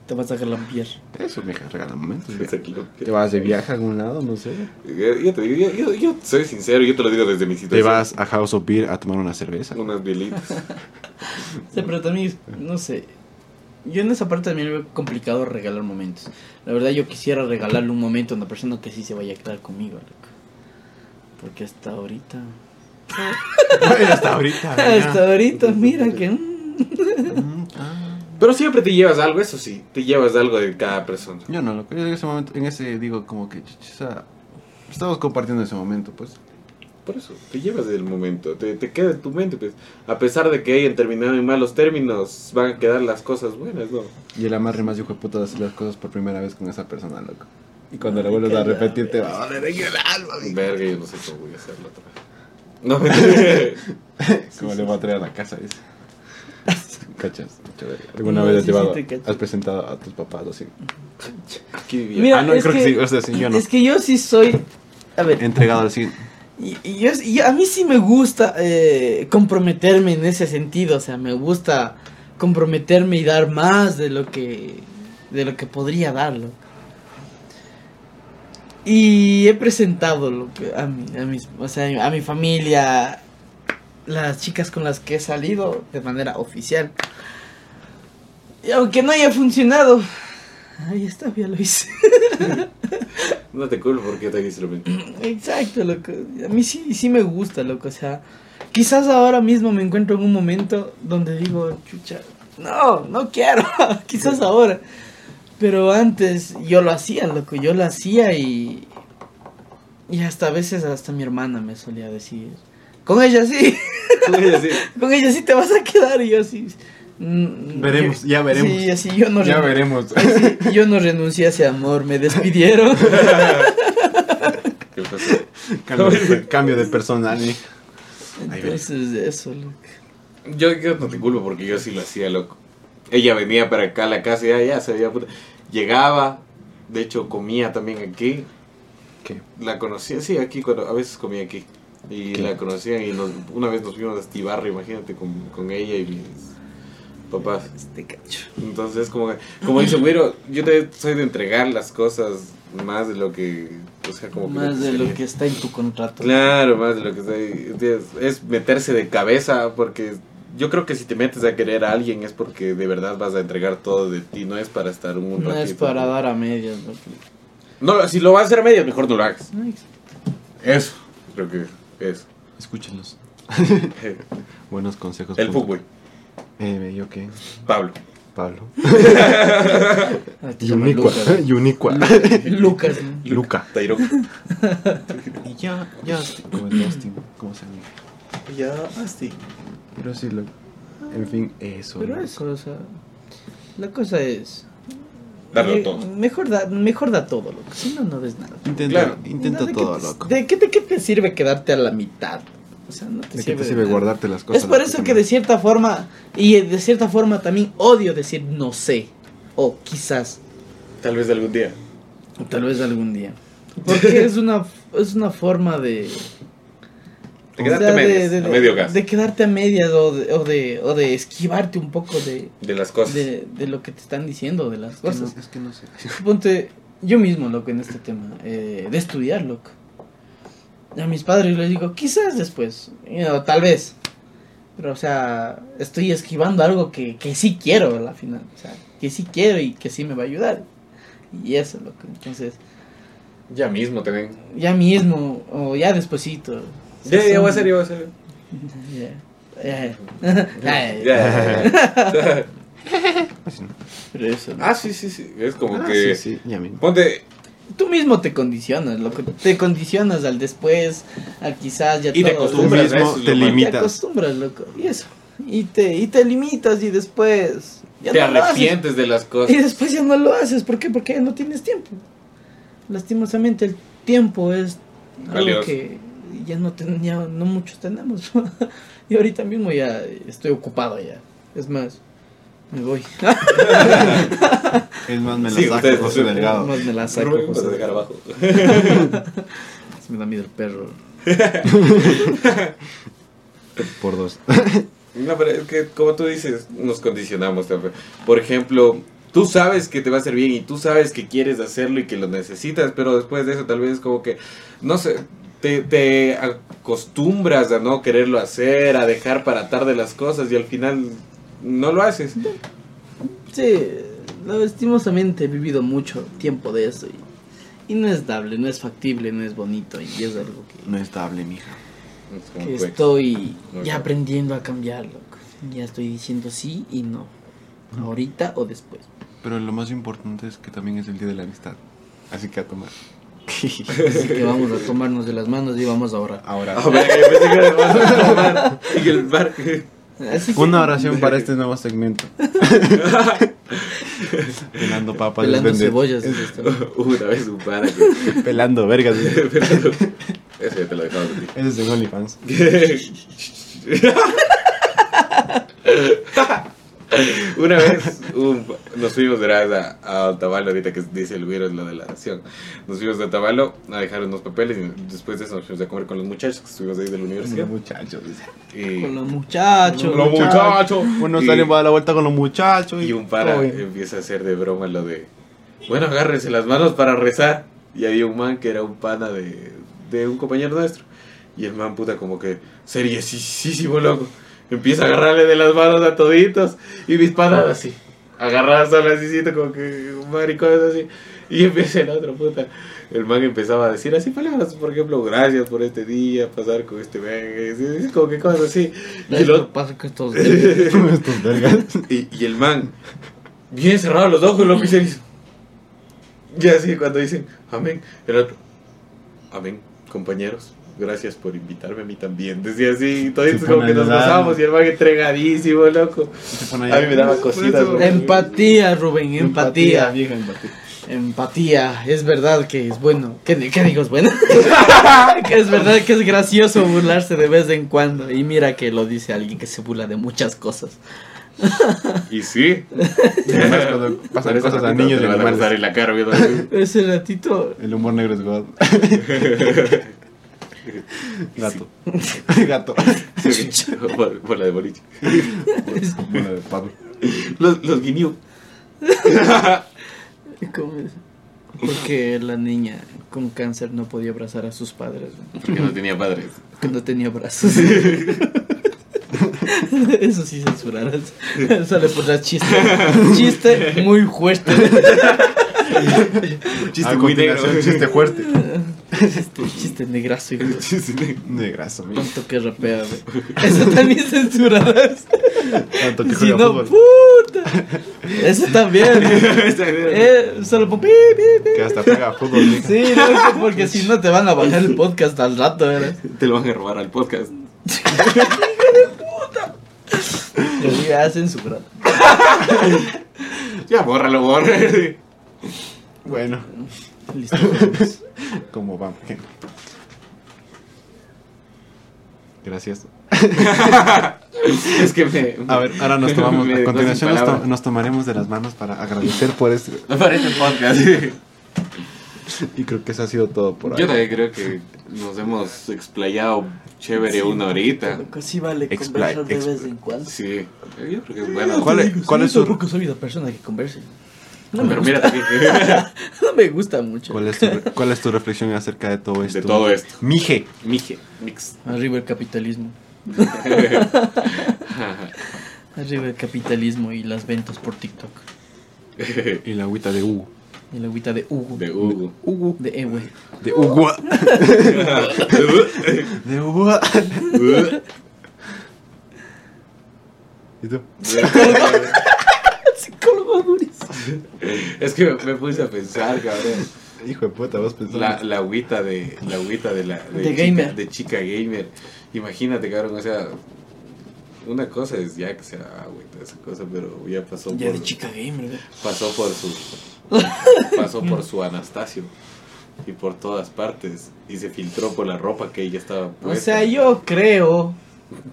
[SPEAKER 3] Te vas a glampear.
[SPEAKER 2] Eso, mija, regala momentos. mija. ¿Te
[SPEAKER 1] Yo
[SPEAKER 2] vas de viaje a algún lado? No sé.
[SPEAKER 1] te digo, yo, yo, yo soy sincero, yo te lo digo desde mi
[SPEAKER 2] ¿Te
[SPEAKER 1] situación.
[SPEAKER 2] vas a House of Beer a tomar una cerveza?
[SPEAKER 1] Unas bielitas.
[SPEAKER 3] Sí, pero también, es- no sé. Yo en esa parte también veo complicado regalar momentos. La verdad, yo quisiera regalarle un momento a una persona que sí se vaya a quedar conmigo, loco. Porque hasta ahorita.
[SPEAKER 2] Hasta ahorita.
[SPEAKER 3] Hasta ahorita, mira que. mm,
[SPEAKER 2] ah.
[SPEAKER 1] Pero siempre te llevas algo, eso sí. Te llevas algo de cada persona.
[SPEAKER 2] Yo no, loco. Yo en ese momento, en ese digo como que chichisa. Estamos compartiendo ese momento, pues.
[SPEAKER 1] Por eso, te llevas del momento, te, te queda en tu mente, pues. A pesar de que hayan terminado en malos términos, van a quedar las cosas buenas, ¿no?
[SPEAKER 2] Y el amarre más dijo puta de hacer las cosas por primera vez con esa persona, loco. Y cuando la vuelves a repetir te va a doler en el alma, mija.
[SPEAKER 1] Verga, yo no sé cómo voy a hacerlo otra vez. No me
[SPEAKER 2] Como le va a traer a la casa, dice. ¿Cachas?
[SPEAKER 3] No,
[SPEAKER 2] ¿Alguna vez has
[SPEAKER 3] sí, sí,
[SPEAKER 2] llevado,
[SPEAKER 3] te cacho.
[SPEAKER 2] has presentado a tus papás o así?
[SPEAKER 1] Aquí vivía.
[SPEAKER 3] Mira,
[SPEAKER 2] ah, no,
[SPEAKER 3] es
[SPEAKER 2] creo que,
[SPEAKER 3] que-
[SPEAKER 2] sí, o sea, sí, yo no.
[SPEAKER 3] Es que yo sí soy. A ver,
[SPEAKER 2] Entregado al cine.
[SPEAKER 3] y, y yo, y a mí sí me gusta eh, comprometerme en ese sentido. O sea, me gusta comprometerme y dar más de lo que. de lo que podría darlo. Y he presentado lo que, a, mi, a, mis, o sea, a mi familia, las chicas con las que he salido de manera oficial. Y aunque no haya funcionado, ahí está, ya lo hice.
[SPEAKER 1] No te culpo porque te hice lo mismo.
[SPEAKER 3] Exacto, loco. A mí sí, sí me gusta, loco. O sea, quizás ahora mismo me encuentro en un momento donde digo, chucha, no, no quiero. quizás ahora. Pero antes yo lo hacía, loco. Yo lo hacía y. Y hasta a veces, hasta mi hermana me solía decir, Con ella sí.
[SPEAKER 1] Con ella sí.
[SPEAKER 3] Con ella sí te vas a quedar. Y yo así. mm,
[SPEAKER 2] Veremos,
[SPEAKER 3] yo-
[SPEAKER 2] ya veremos.
[SPEAKER 3] Sí, así yo no,
[SPEAKER 4] Ya
[SPEAKER 3] renun-
[SPEAKER 4] veremos.
[SPEAKER 3] sí, yo no renuncié a ese amor. Me despidieron.
[SPEAKER 1] ¿Qué pasó?
[SPEAKER 2] Cambio, de- cambio de personal. eh.
[SPEAKER 3] Entonces, eso, loco.
[SPEAKER 1] Yo, yo no te culpo porque yo sí lo hacía, loco. Ella venía para acá a la casa y ya, ya se veía puta. Llegaba, de hecho comía también aquí.
[SPEAKER 2] ¿Qué?
[SPEAKER 1] La conocía, sí, aquí, cuando, a veces comía aquí. Y
[SPEAKER 2] ¿Qué?
[SPEAKER 1] la conocían y nos- una vez nos fuimos a Estibarra, imagínate, con, con ella y mis papás.
[SPEAKER 3] Este cacho.
[SPEAKER 1] Entonces, como, como dice Güero, yo te- soy de entregar las cosas más de lo que. O sea, como que
[SPEAKER 3] Más de
[SPEAKER 1] sería.
[SPEAKER 3] lo que está en tu contrato.
[SPEAKER 1] Claro, más de lo que soy. Es, es meterse de cabeza, porque yo creo que si te metes a querer a alguien es porque de verdad vas a entregar todo de ti, no es para estar un
[SPEAKER 3] No es
[SPEAKER 1] ratito.
[SPEAKER 3] para dar a medias, Pues, loco.
[SPEAKER 1] No, si lo vas a hacer a medias, mejor no lo hagas.
[SPEAKER 3] Ay,
[SPEAKER 1] Eso. Creo que es.
[SPEAKER 2] Escúchenlos. Buenos consejos.
[SPEAKER 1] El fútbol,
[SPEAKER 2] Eh, ¿Yo qué?
[SPEAKER 1] Pablo.
[SPEAKER 2] Pablo.
[SPEAKER 3] ah, te llamas
[SPEAKER 2] Yuniqua.
[SPEAKER 3] Lucas.
[SPEAKER 2] Yuniqua.
[SPEAKER 3] Lucas, ¿no?
[SPEAKER 2] Luca.
[SPEAKER 1] Tairo.
[SPEAKER 2] Y ya, ya, como el Austin, como se llama.
[SPEAKER 1] Ya, ah, así.
[SPEAKER 2] Pero sí, lo, en fin, eso.
[SPEAKER 3] Pero
[SPEAKER 2] ¿no?
[SPEAKER 3] eso, o sea, la cosa es.
[SPEAKER 1] Darlo
[SPEAKER 3] eh,
[SPEAKER 1] todo.
[SPEAKER 3] Mejor da, mejor da todo, loco. Si no, no ves nada.
[SPEAKER 2] Intenta,
[SPEAKER 1] Claro.
[SPEAKER 2] intenta
[SPEAKER 3] Nada que
[SPEAKER 2] todo,
[SPEAKER 3] te-
[SPEAKER 2] loco.
[SPEAKER 3] ¿De qué, te- qué te sirve quedarte a la mitad? O sea, no te
[SPEAKER 2] ¿De qué
[SPEAKER 3] sirve.
[SPEAKER 2] te sirve
[SPEAKER 3] nada.
[SPEAKER 2] guardarte las cosas?
[SPEAKER 3] es por
[SPEAKER 2] loco,
[SPEAKER 3] eso que
[SPEAKER 2] también?
[SPEAKER 3] de cierta forma, y de cierta forma también odio decir no sé, o quizás,
[SPEAKER 1] Tal vez algún día.
[SPEAKER 3] o tal vez algún día. Porque es una, es una forma de.
[SPEAKER 1] Te
[SPEAKER 3] o
[SPEAKER 1] quedaste
[SPEAKER 3] sea,
[SPEAKER 1] a medias,
[SPEAKER 3] de- de-
[SPEAKER 1] a medio gas.
[SPEAKER 3] de quedarte a medias o de- o de, o de esquivarte un poco de,
[SPEAKER 1] de las cosas.
[SPEAKER 3] de, de lo que te están diciendo, de las
[SPEAKER 2] Es que no-
[SPEAKER 3] cosas.
[SPEAKER 2] Es que no sé.
[SPEAKER 3] Ponte, yo mismo, loco, en este tema, eh, de estudiar, loco. A mis padres les digo, quizás después, eh, o tal vez. Pero, o sea, estoy esquivando algo que, que sí quiero a la final. O sea, que sí quiero y que sí me va a ayudar. Y eso, loco. Entonces,
[SPEAKER 1] Ya mismo también.
[SPEAKER 3] ya mismo, o ya despuesito. o sea,
[SPEAKER 1] Ya, ya
[SPEAKER 3] son-
[SPEAKER 1] voy a ser, ya voy a ser.
[SPEAKER 3] Ya, ya, ya. Ay,
[SPEAKER 1] Ya, ya, ya.
[SPEAKER 2] Así, ¿no?
[SPEAKER 3] Pero eso, loco.
[SPEAKER 1] Ah, sí, sí, sí. Es como
[SPEAKER 2] Ah,
[SPEAKER 1] que.
[SPEAKER 2] Sí, sí, ya mismo.
[SPEAKER 1] Ponte,
[SPEAKER 3] Tú mismo te condicionas, loco. Te condicionas al después, al quizás ya
[SPEAKER 1] Y te
[SPEAKER 3] todo.
[SPEAKER 2] Tú
[SPEAKER 1] acostumbras, Eso es
[SPEAKER 2] mismo
[SPEAKER 1] lo
[SPEAKER 2] te
[SPEAKER 1] malo.
[SPEAKER 3] Te
[SPEAKER 2] limitas.
[SPEAKER 3] acostumbras, loco. Y eso. Y te, y te limitas y después... ya
[SPEAKER 1] te
[SPEAKER 3] no lo haces.
[SPEAKER 1] arrepientes de las cosas.
[SPEAKER 3] Y después ya no lo haces. ¿Por qué? Porque ya no tienes tiempo. Lastimosamente el tiempo es algo
[SPEAKER 1] Valioso.
[SPEAKER 3] que ya no, ten- ya no muchos tenemos. y ahorita mismo ya estoy ocupado ya. Es más, me voy.
[SPEAKER 2] Es más, me lo
[SPEAKER 1] Sí,
[SPEAKER 2] saco,
[SPEAKER 1] ustedes no
[SPEAKER 2] José
[SPEAKER 1] se-
[SPEAKER 2] Delgado.
[SPEAKER 3] Más me la
[SPEAKER 1] No
[SPEAKER 3] saco.
[SPEAKER 1] me vas
[SPEAKER 3] José.
[SPEAKER 1] a dejar abajo.
[SPEAKER 3] Me da miedo el perro.
[SPEAKER 2] Por dos.
[SPEAKER 1] No, pero es que como tú dices, nos condicionamos. Tafe. Por ejemplo, tú sabes que te va a hacer bien y tú sabes que quieres hacerlo y que lo necesitas, pero después de eso tal vez como que, no sé, te, te acostumbras a no quererlo hacer, a dejar para tarde las cosas y al final no lo haces.
[SPEAKER 3] Sí, lastimosamente he vivido mucho tiempo de eso y, y no es dable, no es factible, no es bonito y es algo que,
[SPEAKER 2] No estable, mija.
[SPEAKER 1] Es como
[SPEAKER 3] que
[SPEAKER 1] que-
[SPEAKER 3] estoy
[SPEAKER 1] Muy
[SPEAKER 3] ya
[SPEAKER 1] bien.
[SPEAKER 3] aprendiendo a cambiar, loco. Ya estoy diciendo sí y no. Ahorita o después.
[SPEAKER 2] Pero lo más importante es que también es el día de la amistad. Así que a tomar.
[SPEAKER 3] Así que vamos a tomarnos de las manos y vamos a orar.
[SPEAKER 2] Ahora.
[SPEAKER 1] Ah, verga, yo pensé que era más el bar. Y el bar.
[SPEAKER 3] Así que,
[SPEAKER 2] Una oración para este nuevo segmento. Pelando papas.
[SPEAKER 3] pelando
[SPEAKER 2] es vender.
[SPEAKER 3] cebollas. es esto.
[SPEAKER 1] Una vez un par.
[SPEAKER 2] Pelando vergas. es-
[SPEAKER 1] Eso ya te lo dejamos a ti.
[SPEAKER 2] Ese es de OnlyFans.
[SPEAKER 1] Una vez un- nos fuimos verás, a, a Tabalo, ahorita que dice el virus lo de la acción. Nos fuimos de Tabalo a dejar unos papeles y después de eso nos fuimos a comer con los muchachos que estuvimos ahí de la universidad.
[SPEAKER 2] muchachos. dice.
[SPEAKER 1] Y,
[SPEAKER 3] Con los muchachos.
[SPEAKER 1] Los muchachos.
[SPEAKER 2] Uno
[SPEAKER 1] Y-
[SPEAKER 2] sale para dar la vuelta con los muchachos.
[SPEAKER 1] Y un para
[SPEAKER 2] Oye,
[SPEAKER 1] empieza a hacer de broma lo de, bueno, agárrense las manos para rezar. Y había un man que era un pana de, de un compañero nuestro. Y el man puta como que, seriesísimo loco. Empieza a agarrarle de las manos a toditos. Y mis panas así, agarradas a las como que maricones así. Y empieza el otro puta. El man empezaba a decir así palabras, por ejemplo, gracias por este día, pasar con este man. y Como que cosas así. Y el
[SPEAKER 3] Esto
[SPEAKER 1] otro...
[SPEAKER 3] pasa que estos...
[SPEAKER 2] Estos vergas.
[SPEAKER 1] Y, y el man, bien cerrado los ojos, lo que se hizo. Y así cuando dicen, amén, el otro, amén, compañeros. gracias por invitarme a mí también. Decía así, y todavía
[SPEAKER 2] Se
[SPEAKER 1] como
[SPEAKER 2] pone
[SPEAKER 1] que
[SPEAKER 2] a
[SPEAKER 1] nos
[SPEAKER 2] llorar.
[SPEAKER 1] pasamos y el man entregadísimo, loco.
[SPEAKER 2] Se pone
[SPEAKER 1] A mí me daba cositas,
[SPEAKER 2] Por
[SPEAKER 1] güey.
[SPEAKER 2] eso-
[SPEAKER 3] Empatía, Rubén, empatía.
[SPEAKER 2] vieja, empatía.
[SPEAKER 3] Empatía, es verdad que es bueno. ¿Qué, qué digo es bueno? que es verdad que es gracioso burlarse de vez en cuando. Y mira que lo dice alguien que se burla de muchas cosas.
[SPEAKER 1] Y sí,
[SPEAKER 2] Además, cuando pasan cosas a niños y
[SPEAKER 1] le van a pasar
[SPEAKER 2] animales.
[SPEAKER 1] en la cara, viendo
[SPEAKER 3] Ese ratito.
[SPEAKER 2] El humor negro es god. Gato. Gato.
[SPEAKER 1] así. Por, por la de boliche.
[SPEAKER 2] Bola de Pablo.
[SPEAKER 1] Los, los guineos.
[SPEAKER 3] ¿Cómo es? Porque la niña con cáncer no podía abrazar a sus padres. ¿no?
[SPEAKER 1] Porque no tenía padres.
[SPEAKER 3] Que no tenía brazos. Eso sí censurarás. Sale por las chistes. Chiste muy fuerte.
[SPEAKER 1] Chiste
[SPEAKER 2] A
[SPEAKER 1] Ah, muy
[SPEAKER 2] continuación,
[SPEAKER 1] negro.
[SPEAKER 2] Chiste fuerte.
[SPEAKER 3] Este Chiste negrazo, hijo.
[SPEAKER 1] Chiste negro.
[SPEAKER 2] Negrazo, amigo.
[SPEAKER 3] Tanto que rapea, güey. Eso también censurarás.
[SPEAKER 2] Tanto que
[SPEAKER 3] Si
[SPEAKER 2] juega
[SPEAKER 3] no,
[SPEAKER 2] fútbol.
[SPEAKER 3] puta. Eso también. Eh, solo pon pi, pi,
[SPEAKER 2] Que hasta juega fútbol.
[SPEAKER 3] pi.
[SPEAKER 2] mija.
[SPEAKER 3] Sí, loco, porque si no te van a bajar el podcast al rato, ¿verdad?
[SPEAKER 1] Te lo van a robar al podcast.
[SPEAKER 3] Te voy a censurar.
[SPEAKER 1] Ya, bórralo, bórralo.
[SPEAKER 2] Bueno,
[SPEAKER 3] Listo. vamos.
[SPEAKER 2] como vamos. gente. Gracias.
[SPEAKER 1] Es que me.
[SPEAKER 2] A ver, ahora nos tomamos.
[SPEAKER 1] me
[SPEAKER 2] A
[SPEAKER 1] dejó
[SPEAKER 2] continuación
[SPEAKER 1] sin
[SPEAKER 2] nos, to-
[SPEAKER 1] palabras.
[SPEAKER 2] nos tomaremos de las manos para agradecer por esto.
[SPEAKER 1] Aparece el podcast.
[SPEAKER 2] Y creo que eso ha sido todo por hoy.
[SPEAKER 1] Yo también creo que nos hemos explayado chévere
[SPEAKER 3] Sí,
[SPEAKER 1] una horita.
[SPEAKER 3] Loco, sí vale
[SPEAKER 2] Expla-
[SPEAKER 3] conversar de
[SPEAKER 2] expla-
[SPEAKER 3] vez en cuando.
[SPEAKER 1] Sí. Yo creo que es bueno.
[SPEAKER 2] ¿Cuál es- cuál es su-
[SPEAKER 3] Porque soy una persona que converse. No me,
[SPEAKER 1] Pero
[SPEAKER 3] gusta,
[SPEAKER 1] mira también.
[SPEAKER 3] no me gusta mucho.
[SPEAKER 2] ¿Cuál es, tu re- ¿Cuál es tu reflexión acerca de todo esto?
[SPEAKER 1] todo esto.
[SPEAKER 2] Mije.
[SPEAKER 1] Mije. Mix.
[SPEAKER 3] Arriba el capitalismo. Arriba el capitalismo y las ventas por TikTok.
[SPEAKER 2] Y la agüita de Hugo.
[SPEAKER 3] Y la agüita de Hugo.
[SPEAKER 1] De Hugo.
[SPEAKER 2] Hugo.
[SPEAKER 3] De Ewe.
[SPEAKER 2] De Hugo. De Hugo. ¿Y tú?
[SPEAKER 3] Se colgó durísimo.
[SPEAKER 2] Ah,
[SPEAKER 1] es que me puse a pensar, cabrón.
[SPEAKER 2] Hijo de puta, vas pensando.
[SPEAKER 1] La, la agüita de la agüita de la
[SPEAKER 3] De
[SPEAKER 1] chica,
[SPEAKER 3] gamer.
[SPEAKER 1] de chica gamer. Imagínate, cabrón, o sea, una cosa es ya que sea agua y toda esa cosa, pero ya pasó
[SPEAKER 3] Ya
[SPEAKER 1] por
[SPEAKER 3] de chica gamer, güey.
[SPEAKER 1] pasó por su pasó por su Anastasio y por todas partes y se filtró por la ropa que ella estaba
[SPEAKER 3] O
[SPEAKER 1] puesta.
[SPEAKER 3] sea, yo creo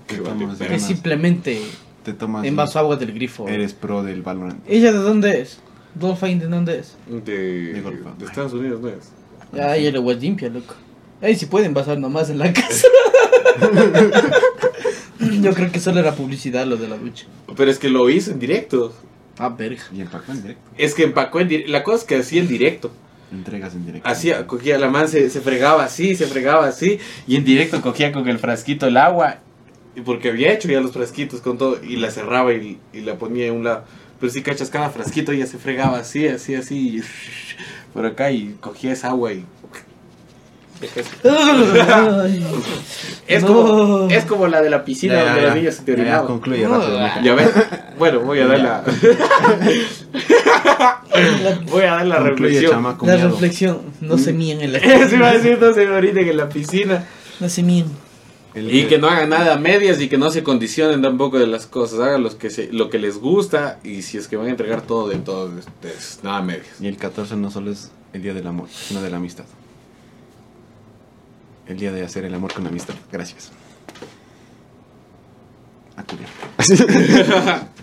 [SPEAKER 1] Que vale
[SPEAKER 2] Estamos
[SPEAKER 1] verga.
[SPEAKER 3] que simplemente
[SPEAKER 2] Te tomas.
[SPEAKER 3] envasó agua del grifo.
[SPEAKER 2] Eres pro del Valorant.
[SPEAKER 3] ¿Ella de dónde es? Dolphin, ¿de dónde es?
[SPEAKER 1] de,
[SPEAKER 2] De golpe.
[SPEAKER 1] de Estados Unidos no es.
[SPEAKER 3] Ah, ya el agua es limpia, loco. Ay, si pueden pasar nomás en la casa. Yo creo que solo era publicidad lo de la ducha.
[SPEAKER 2] Ah.
[SPEAKER 1] Pero es que lo hizo en directo.
[SPEAKER 3] Ah, verga.
[SPEAKER 2] Y empacó en directo.
[SPEAKER 1] Es que empacó en directo. La cosa es que hacía en directo.
[SPEAKER 2] Entregas en directo.
[SPEAKER 1] Hacía, cogía la man, se, se fregaba así, se fregaba así, y en directo cogía con el frasquito el agua, y porque había hecho ya los frasquitos con todo, y la cerraba y, y la ponía en un lado. Pero si cachas cada frasquito, ella se fregaba así, así, así, y por acá, y cogía esa agua y.
[SPEAKER 3] Ay.
[SPEAKER 1] Es,
[SPEAKER 3] No.
[SPEAKER 1] como, es como la de la
[SPEAKER 2] Ya,
[SPEAKER 1] piscina
[SPEAKER 2] ya,
[SPEAKER 1] donde
[SPEAKER 2] ya.
[SPEAKER 1] la niña se te
[SPEAKER 2] Ya, ya,
[SPEAKER 1] orinaba.
[SPEAKER 2] concluye
[SPEAKER 3] No,
[SPEAKER 2] rápido.
[SPEAKER 3] ah.
[SPEAKER 2] mija.
[SPEAKER 1] Ya ves, bueno, voy a dar la,
[SPEAKER 3] La,
[SPEAKER 1] voy a dar la
[SPEAKER 2] Concluye,
[SPEAKER 1] reflexión.
[SPEAKER 2] chamaco.
[SPEAKER 3] la
[SPEAKER 2] miado.
[SPEAKER 3] reflexión, no se míen en la
[SPEAKER 1] Eso iba a decir, no se orinen en la piscina.
[SPEAKER 3] No se míen.
[SPEAKER 2] El-
[SPEAKER 1] Y que no hagan nada a medias y que no se condicionen tampoco de las cosas. Hagan los que se- lo que les gusta y si es que van a entregar todo de todo, pues, nada a medias.
[SPEAKER 2] Y el 14 no solo es el día del amor, sino de la amistad. El día de hacer el amor con la amistad. Gracias. A culiar.